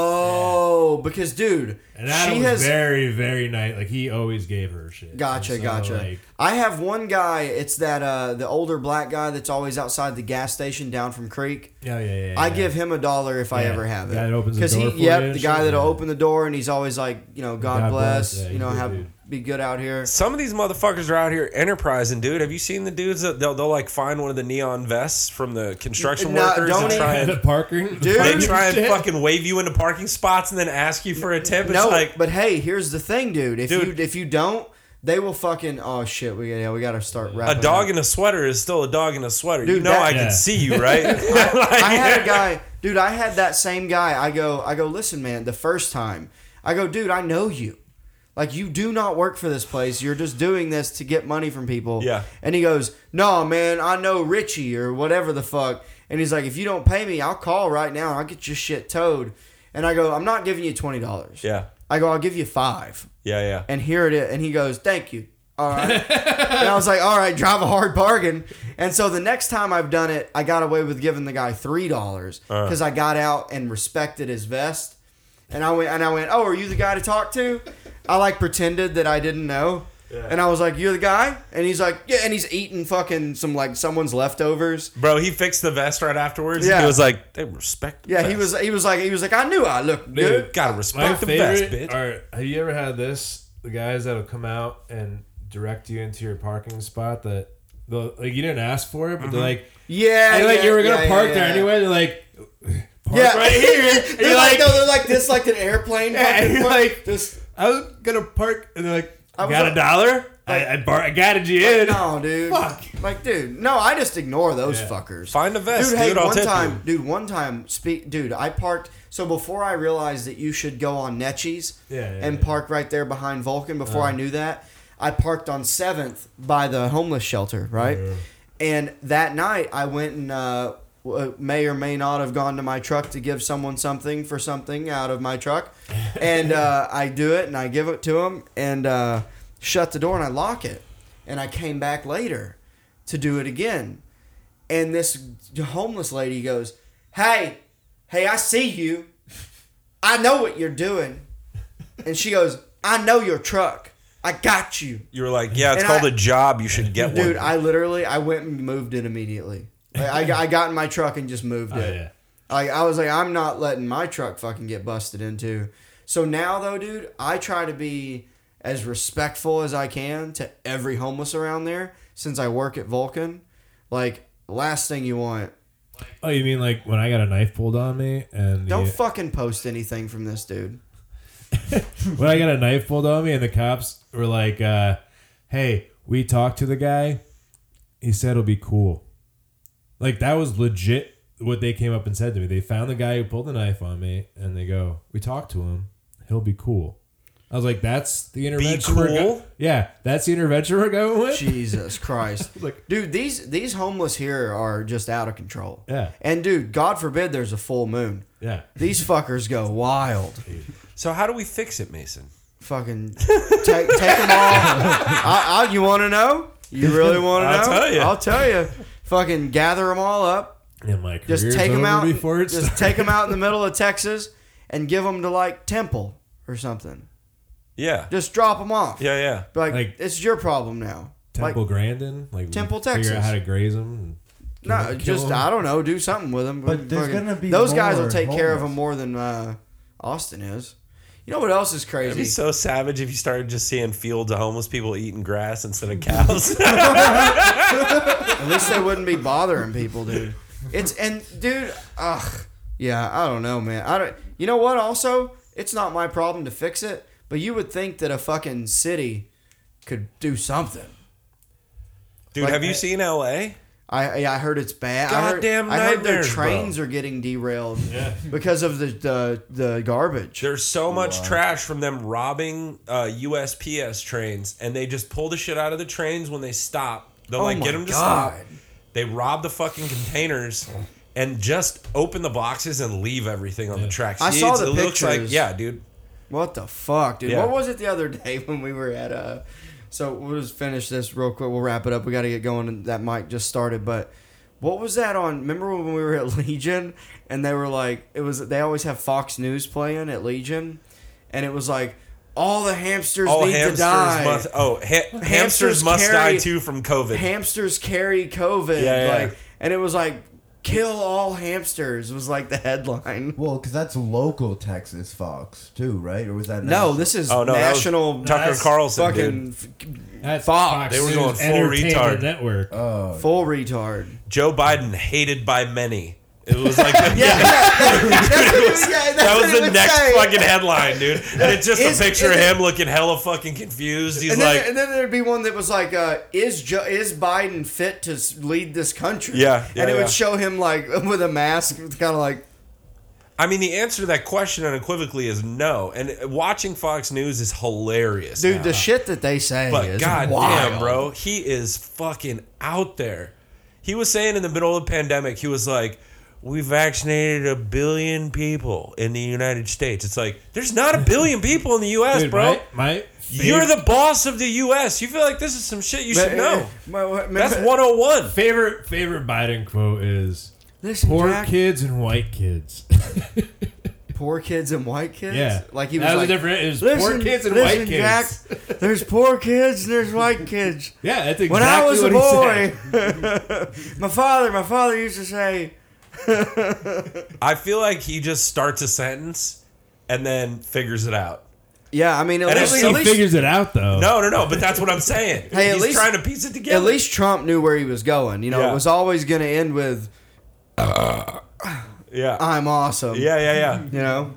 Speaker 2: oh, because dude,
Speaker 4: And Adam
Speaker 2: she
Speaker 4: was
Speaker 2: has.
Speaker 4: very, very nice. Like he always gave her shit.
Speaker 2: Gotcha,
Speaker 4: And so,
Speaker 2: gotcha.
Speaker 4: like,
Speaker 2: I have one guy. It's that uh, the older black guy that's always outside the gas station down from Creek.
Speaker 4: yeah, yeah, yeah.
Speaker 2: I
Speaker 4: yeah.
Speaker 2: give him a dollar if I
Speaker 4: Yeah,
Speaker 2: ever have
Speaker 4: the
Speaker 2: it.
Speaker 4: guy that opens the
Speaker 2: he,
Speaker 4: door for you
Speaker 2: yep,
Speaker 4: and
Speaker 2: the guy
Speaker 4: shit,
Speaker 2: that'll
Speaker 4: yeah.
Speaker 2: open the door, and he's always like, you know, God,
Speaker 4: God
Speaker 2: bless,
Speaker 4: bless, yeah,
Speaker 2: you know,
Speaker 4: he's a
Speaker 2: have
Speaker 4: good
Speaker 2: be good out here.
Speaker 1: Some of these motherfuckers are out here enterprising, dude. Have you seen the dudes that they'll, they'll like find one of the neon vests from the construction
Speaker 2: No,
Speaker 1: workers
Speaker 2: don't
Speaker 1: and try
Speaker 4: And
Speaker 1: and
Speaker 4: the Parker,
Speaker 2: Dude.
Speaker 1: they try and
Speaker 4: Shit.
Speaker 1: fucking wave you into parking spots and then ask you for a tip. It's
Speaker 2: No,
Speaker 1: like
Speaker 2: but hey, here's the thing, dude. If
Speaker 1: Dude.
Speaker 2: you if you don't, they will fucking. Oh shit, we yeah, we gotta start
Speaker 1: a
Speaker 2: wrapping.
Speaker 1: dog
Speaker 2: up.
Speaker 1: in a sweater is still a dog in a sweater. you
Speaker 2: Dude,
Speaker 1: know
Speaker 2: that-
Speaker 1: I
Speaker 4: Yeah.
Speaker 1: can see you, right?
Speaker 2: I had a guy, dude. I had that same guy. I go, I go. Listen, man. The first time, I go, dude. I know you. Like you do not work for this place. You're just doing this to get money from people.
Speaker 1: Yeah.
Speaker 2: And he goes, no, man. I know Richie or whatever the fuck. And he's like, if you don't pay me, I'll call right now. and I'll get your shit towed. And I go, I'm not giving you twenty dollars.
Speaker 1: Yeah,
Speaker 2: I go, I'll give you five.
Speaker 1: yeah, yeah.
Speaker 2: and here it is. And he goes, "Thank you. all right. and I was like, all right, drive a hard bargain. And so the next time I've done it, I got away with giving the guy three dollars
Speaker 4: Uh.
Speaker 2: because I got out and respected his vest. And I went and I went, oh, are you the guy to talk to? I like pretended that I didn't know. And I was like, "You're the guy," and he's like, "Yeah," and he's eating fucking some like someone's leftovers.
Speaker 1: Bro, he fixed the vest right afterwards.
Speaker 2: Yeah.
Speaker 1: He was like, they respect the
Speaker 2: Yeah, he
Speaker 1: vest.
Speaker 2: was he was like he was like, "I knew I looked good."
Speaker 1: Gotta
Speaker 4: My
Speaker 1: respect the vest,
Speaker 4: favorite.
Speaker 1: bitch.
Speaker 4: are, have you ever had this? The guys that'll come out and direct you into your parking spot that they'll like you didn't ask for it, but they're like,
Speaker 2: Mm-hmm. Yeah,
Speaker 4: hey, like
Speaker 2: yeah,
Speaker 4: you were gonna
Speaker 2: yeah,
Speaker 4: park
Speaker 2: yeah,
Speaker 4: there
Speaker 2: yeah.
Speaker 4: anyway. They're like, park
Speaker 2: Yeah,
Speaker 4: right here. And
Speaker 2: they're
Speaker 4: you're
Speaker 2: like,
Speaker 4: like,
Speaker 2: no, they're like this, like an airplane.
Speaker 4: Yeah,
Speaker 2: fucking
Speaker 4: you're
Speaker 2: park.
Speaker 4: like-
Speaker 2: this.
Speaker 4: I was gonna park, and they're like,
Speaker 2: I was
Speaker 4: got
Speaker 2: a-
Speaker 4: a dollar? I I, bar- I guided you in.
Speaker 2: No, dude.
Speaker 4: Fuck.
Speaker 2: Like, dude, no, I just ignore those
Speaker 4: Yeah.
Speaker 2: fuckers.
Speaker 1: Find a vest,
Speaker 2: dude.
Speaker 1: dude.
Speaker 2: Hey,
Speaker 1: I'll
Speaker 2: one
Speaker 1: tip
Speaker 2: time, dude, one time, speak, dude. I parked. So before I realized that you should go on Netchies
Speaker 4: Yeah, Uh. yeah,
Speaker 2: and
Speaker 4: yeah.
Speaker 2: park right there behind Vulcan, before I knew that, I parked on Seventh by the homeless shelter, right?
Speaker 4: Mm-hmm.
Speaker 2: And that night, I went and. Uh, w- may or may not have gone to my truck to give someone something for something out of my truck, and uh, I do it and I give it to him and uh, shut the door and I lock it, and I came back later to do it again, and this homeless lady goes, "Hey, hey, I see you. I know what you're doing." And she goes, "I know your truck. I got you,
Speaker 1: You were like, yeah, it's
Speaker 2: And
Speaker 1: called
Speaker 2: I-
Speaker 1: a job. You should get
Speaker 2: dude."
Speaker 1: one.
Speaker 2: I literally, I went and moved it immediately. Like, I, I got in my truck and just moved
Speaker 4: Oh,
Speaker 2: it.
Speaker 4: yeah.
Speaker 2: Like I was like, I'm not letting my truck fucking get busted into. So now though, dude, I try to be as respectful as I can to every homeless around there since I work at Vulcan. Like last thing you want.
Speaker 4: Oh, you mean like when I got a knife pulled on me and
Speaker 2: Don't
Speaker 4: the,
Speaker 2: fucking post anything from this dude.
Speaker 4: when I got a knife pulled on me and the cops were like, uh, "Hey, we talked to the guy. He said it'll be cool." Like that was legit what they came up and said to me. They found the guy who pulled the knife on me and they go, "We talked to him. He'll be cool." I was like, "That's the intervention." we're go-
Speaker 1: cool?
Speaker 4: yeah, that's the intervention we're going with.
Speaker 2: Jesus Christ.
Speaker 4: Like-
Speaker 2: dude, these these homeless here are just out of control.
Speaker 4: Yeah.
Speaker 2: And dude, God forbid there's a full moon.
Speaker 4: yeah.
Speaker 2: These fuckers go wild.
Speaker 1: so how do we fix it, Mason?
Speaker 2: fucking take, take them all. I, I, you want to know? You really want to know?
Speaker 1: I'll tell ya.
Speaker 2: I'll tell you. Fucking gather them all up.
Speaker 4: And my career's
Speaker 2: Just take them
Speaker 4: over
Speaker 2: out.
Speaker 4: before it's
Speaker 2: Just take them out in the middle of Texas and give them to like Temple or something.
Speaker 1: Yeah.
Speaker 2: Just drop them off.
Speaker 1: Yeah, yeah.
Speaker 2: Be Like,
Speaker 4: Like-
Speaker 2: it's your problem now.
Speaker 4: Temple
Speaker 2: like
Speaker 4: Grandin, like
Speaker 2: Temple,
Speaker 4: Figure
Speaker 2: Texas.
Speaker 4: out how to graze them.
Speaker 2: no, just I don't know. Do something with them.
Speaker 3: But there's gonna be
Speaker 2: those guys will
Speaker 3: more
Speaker 2: take care of
Speaker 3: homeless.
Speaker 2: them more than uh, Austin is. You know what else is
Speaker 1: It'd be
Speaker 2: crazy?
Speaker 1: so savage if you started just seeing fields of homeless people eating grass instead of cows.
Speaker 2: At least they wouldn't be bothering people, dude. It's and dude, ugh, yeah, I don't know, man. I don't. You know what? Also, it's not my problem to fix it, but you would think that a fucking city could do something.
Speaker 1: Dude, have you seen LA?
Speaker 2: I yeah, I heard it's bad. I heard,
Speaker 1: Goddamn
Speaker 2: I heard their
Speaker 1: nightmares, bro.
Speaker 2: trains are getting derailed because of the the, the garbage.
Speaker 1: There's so much trash from them robbing uh, USPS trains, and they just pull the shit out of the trains when they stop. They'll
Speaker 2: Oh
Speaker 1: like
Speaker 2: my
Speaker 1: get them to
Speaker 2: God.
Speaker 1: stop. They rob the fucking containers and just open the boxes and leave everything on the tracks.
Speaker 2: I saw
Speaker 1: It's-
Speaker 2: the
Speaker 1: it looks like
Speaker 2: pictures.
Speaker 1: yeah, dude.
Speaker 2: What the fuck, dude?
Speaker 1: Yeah.
Speaker 2: What was it the other day when we were at uh so we'll just finish this real quick. We'll wrap it up. We got to get going. And that mic just started, but what was that on? Remember when we were at Legion and they were like, it was they always have Fox News playing at Legion, and it was like all the hamsters
Speaker 1: All
Speaker 2: need
Speaker 1: hamsters
Speaker 2: to die.
Speaker 1: must oh ha- hamsters, must
Speaker 2: carry-
Speaker 1: die too from COVID.
Speaker 2: Hamsters carry COVID.
Speaker 1: Yeah, yeah.
Speaker 2: like, and it was like kill all hamsters was like the headline.
Speaker 3: Well, because that's local Texas Fox too, right? Or was that
Speaker 2: No,
Speaker 3: national?
Speaker 2: this is
Speaker 1: Oh, no, that was
Speaker 2: national
Speaker 1: Tucker
Speaker 4: That's
Speaker 1: Carlson, dude.
Speaker 2: fucking f-
Speaker 4: That's
Speaker 2: Fox.
Speaker 4: Fox.
Speaker 1: They were going
Speaker 4: News
Speaker 1: full
Speaker 4: Entertainment
Speaker 1: retard. Uh,
Speaker 4: Network.
Speaker 2: full retard.
Speaker 1: Joe Biden hated by many. It was like that was the next fucking headline, dude. And it's just
Speaker 2: Is-
Speaker 1: a picture
Speaker 2: is-
Speaker 1: of him looking hella fucking confused. He's
Speaker 2: And then,
Speaker 1: like,
Speaker 2: and then there'd be one that was like, uh, "Is jo- is Biden fit to s- lead this country?"
Speaker 1: Yeah, yeah,
Speaker 2: and it
Speaker 1: yeah.
Speaker 2: would show him like with a mask, kind of like,
Speaker 1: I mean, the answer to that question unequivocally is no. And watching Fox News is hilarious,
Speaker 2: dude,
Speaker 1: now.
Speaker 2: the shit that they say
Speaker 1: but
Speaker 2: is
Speaker 1: god
Speaker 2: wild,
Speaker 1: damn, bro, he is fucking out there. He was saying in the middle of the pandemic, he was like, we vaccinated a billion people in the United States. It's like there's not a billion people in the U.S.,
Speaker 4: Dude,
Speaker 1: bro.
Speaker 4: my- my
Speaker 1: You're
Speaker 4: fav-
Speaker 1: the boss of the U.S. You feel like this is some shit you should know.
Speaker 2: My- my-
Speaker 1: That's 101.
Speaker 4: favorite favorite Biden quote is
Speaker 2: Listen,
Speaker 4: poor
Speaker 2: Jack,
Speaker 4: kids and white kids.
Speaker 2: poor kids and white kids.
Speaker 4: yeah,
Speaker 2: like he was
Speaker 4: that
Speaker 2: like,
Speaker 4: was different. It was
Speaker 2: Listen,
Speaker 4: poor kids and
Speaker 2: listen,
Speaker 4: white kids.
Speaker 2: Jack, there's poor kids and there's white kids.
Speaker 4: Yeah, that's exactly
Speaker 2: When I was a
Speaker 4: what he said.
Speaker 2: boy, my father, my father used to say,
Speaker 1: I feel like he just starts a sentence and then figures it out.
Speaker 2: "Yeah, I mean, at
Speaker 1: And
Speaker 2: least,
Speaker 1: if
Speaker 4: He
Speaker 2: at least,
Speaker 4: figures it out though.
Speaker 1: No, no, no. But that's what I'm saying.
Speaker 2: Hey, at
Speaker 1: He's
Speaker 2: least-
Speaker 1: trying to piece it together.
Speaker 2: at least Trump knew where he was going. You know,
Speaker 1: Yeah.
Speaker 2: it was always going to end with
Speaker 1: yeah,
Speaker 2: "I'm awesome."
Speaker 1: yeah, yeah, yeah.
Speaker 2: you know,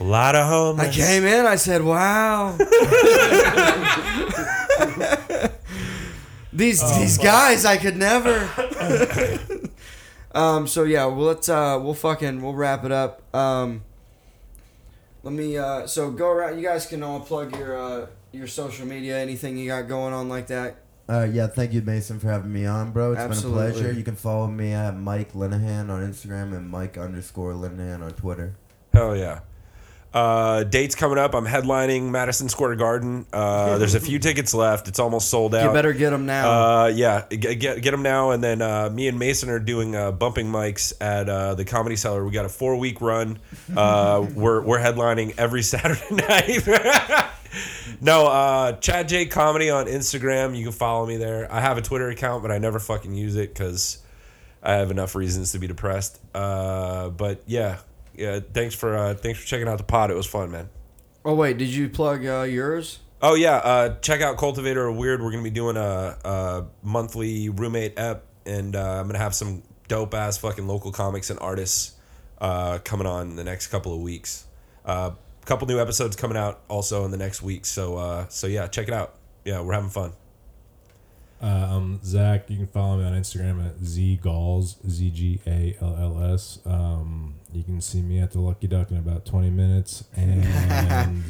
Speaker 1: A lot of homeless.
Speaker 2: I came in, I said, "Wow." these
Speaker 1: Oh,
Speaker 2: these guys I could never. um. So yeah, well let's uh we'll fucking we'll wrap it up. Um. Let me uh so go around. You guys can all plug your uh your social media, anything you got going on like that.
Speaker 3: Uh, yeah, thank you, Mason, for having me on, bro. It's been a
Speaker 2: Absolutely.
Speaker 3: pleasure. You can follow me at Mike Linehan on Instagram and Mike underscore Linehan on Twitter.
Speaker 1: Hell yeah. Uh, dates coming up. I'm headlining Madison Square Garden. Uh, there's a few tickets left. It's almost sold out.
Speaker 2: You better get them now.
Speaker 1: Uh, yeah, get, get, get them now. And then uh, me and Mason are doing uh, bumping mics at uh, the Comedy Cellar. We got a four week run. Uh, we're, we're headlining every Saturday night. no, uh, Chad J Comedy on Instagram. You can follow me there. I have a Twitter account, but I never fucking use it because I have enough reasons to be depressed. Uh, but yeah, yeah. Thanks for uh, thanks for checking out the pod. It was fun, man.
Speaker 2: oh wait, did you plug uh, yours?
Speaker 1: Oh yeah, uh, check out Cultivator of Weird. We're gonna be doing a, a monthly roommate ep, and uh, I'm gonna have some dope ass fucking local comics and artists uh, coming on in the next couple of weeks. A uh, couple new episodes coming out also in the next week. So uh, so yeah, check it out. Yeah, we're having fun.
Speaker 4: Uh, um, Zach, you can follow me on Instagram at zgalls z g a l l s. Um, you can see me at the Lucky Duck in about twenty minutes, and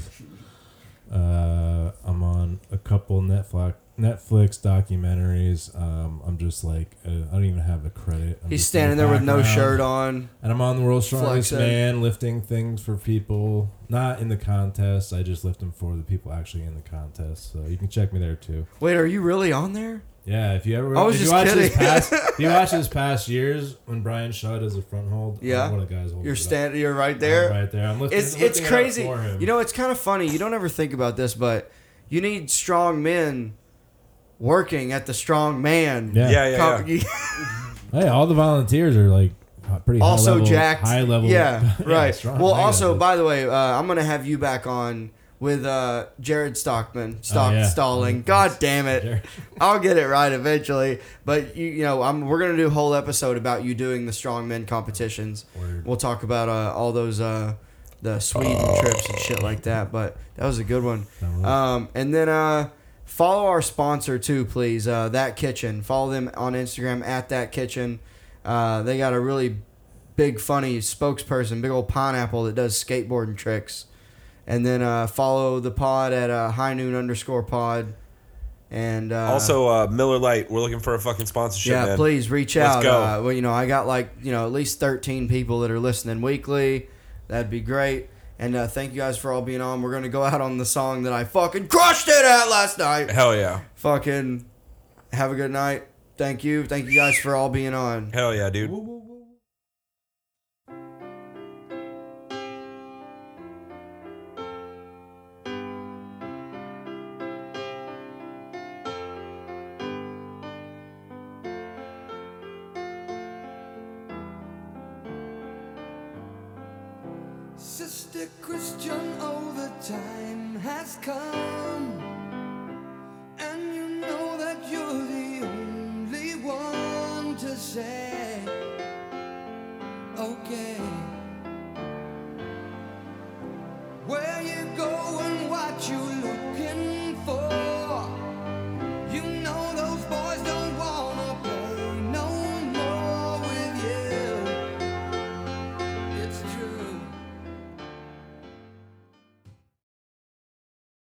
Speaker 4: uh, I'm on a couple Netflix Netflix documentaries. Um, I'm just like uh, I don't even have the credit. I'm
Speaker 2: He's
Speaker 4: just in the
Speaker 2: standing there with no
Speaker 4: background.
Speaker 2: shirt on.
Speaker 4: And I'm on the world's strongest
Speaker 2: Flexing.
Speaker 4: man, lifting things for people. Not in the contest. I just lift them for the people actually in the contest. So you can check me there too.
Speaker 2: Wait, are you really on there?
Speaker 4: Yeah, if you ever
Speaker 2: I was
Speaker 4: if
Speaker 2: just
Speaker 4: you watch this
Speaker 2: kidding.
Speaker 4: past if you watch this past years when Brian Shaw does a front hold, I'm
Speaker 2: Yeah.
Speaker 4: one of the guys holding
Speaker 2: You're
Speaker 4: it up.
Speaker 2: standing. You're right
Speaker 4: I'm
Speaker 2: there.
Speaker 4: right there. I'm lifting,
Speaker 2: It's
Speaker 4: I'm lifting
Speaker 2: it's
Speaker 4: it up
Speaker 2: crazy.
Speaker 4: for him.
Speaker 2: You know, it's kind of funny. You don't ever think about this, but you need strong men working at the strong man.
Speaker 4: yeah.
Speaker 1: Yeah, yeah, yeah.
Speaker 4: Hey, all the volunteers are like pretty high
Speaker 2: also
Speaker 4: level,
Speaker 2: jacked.
Speaker 4: high level.
Speaker 2: Yeah, right.
Speaker 4: strong.
Speaker 2: well,
Speaker 4: I got
Speaker 2: also
Speaker 4: it.
Speaker 2: by the way, uh, I'm gonna have you back on with uh, Jared Stockman. Stock
Speaker 4: Oh, yeah.
Speaker 2: stalling. God damn it.
Speaker 4: Jared.
Speaker 2: I'll get it right eventually. But you, you know, I'm, we're gonna do a whole episode about you doing the strongman competitions.
Speaker 4: Word.
Speaker 2: We'll talk about uh, all those uh, the Sweden trips and shit like that. But Oh. that was a good one. Um, and then uh, follow our sponsor too, please. Uh, that Kitchen. Follow them on Instagram at That Kitchen. Uh, they got a really big, funny spokesperson, big old pineapple that does skateboarding tricks. And then uh, follow the pod at uh, high noon underscore pod. And uh,
Speaker 1: also, uh, Miller Lite. We're looking for a fucking sponsorship.
Speaker 2: yeah,
Speaker 1: man.
Speaker 2: please reach
Speaker 1: Let's
Speaker 2: out.
Speaker 1: go.
Speaker 2: Uh, well, you know, I got like you know at least thirteen people that are listening weekly. That'd be great. And uh, thank you guys for all being on. We're gonna go out on the song that I fucking crushed it at last night.
Speaker 1: Hell yeah,
Speaker 2: Fucking have a good night. Thank you. Thank you guys for all being on.
Speaker 1: hell yeah, dude.
Speaker 6: Sister Christian, oh, the time has come.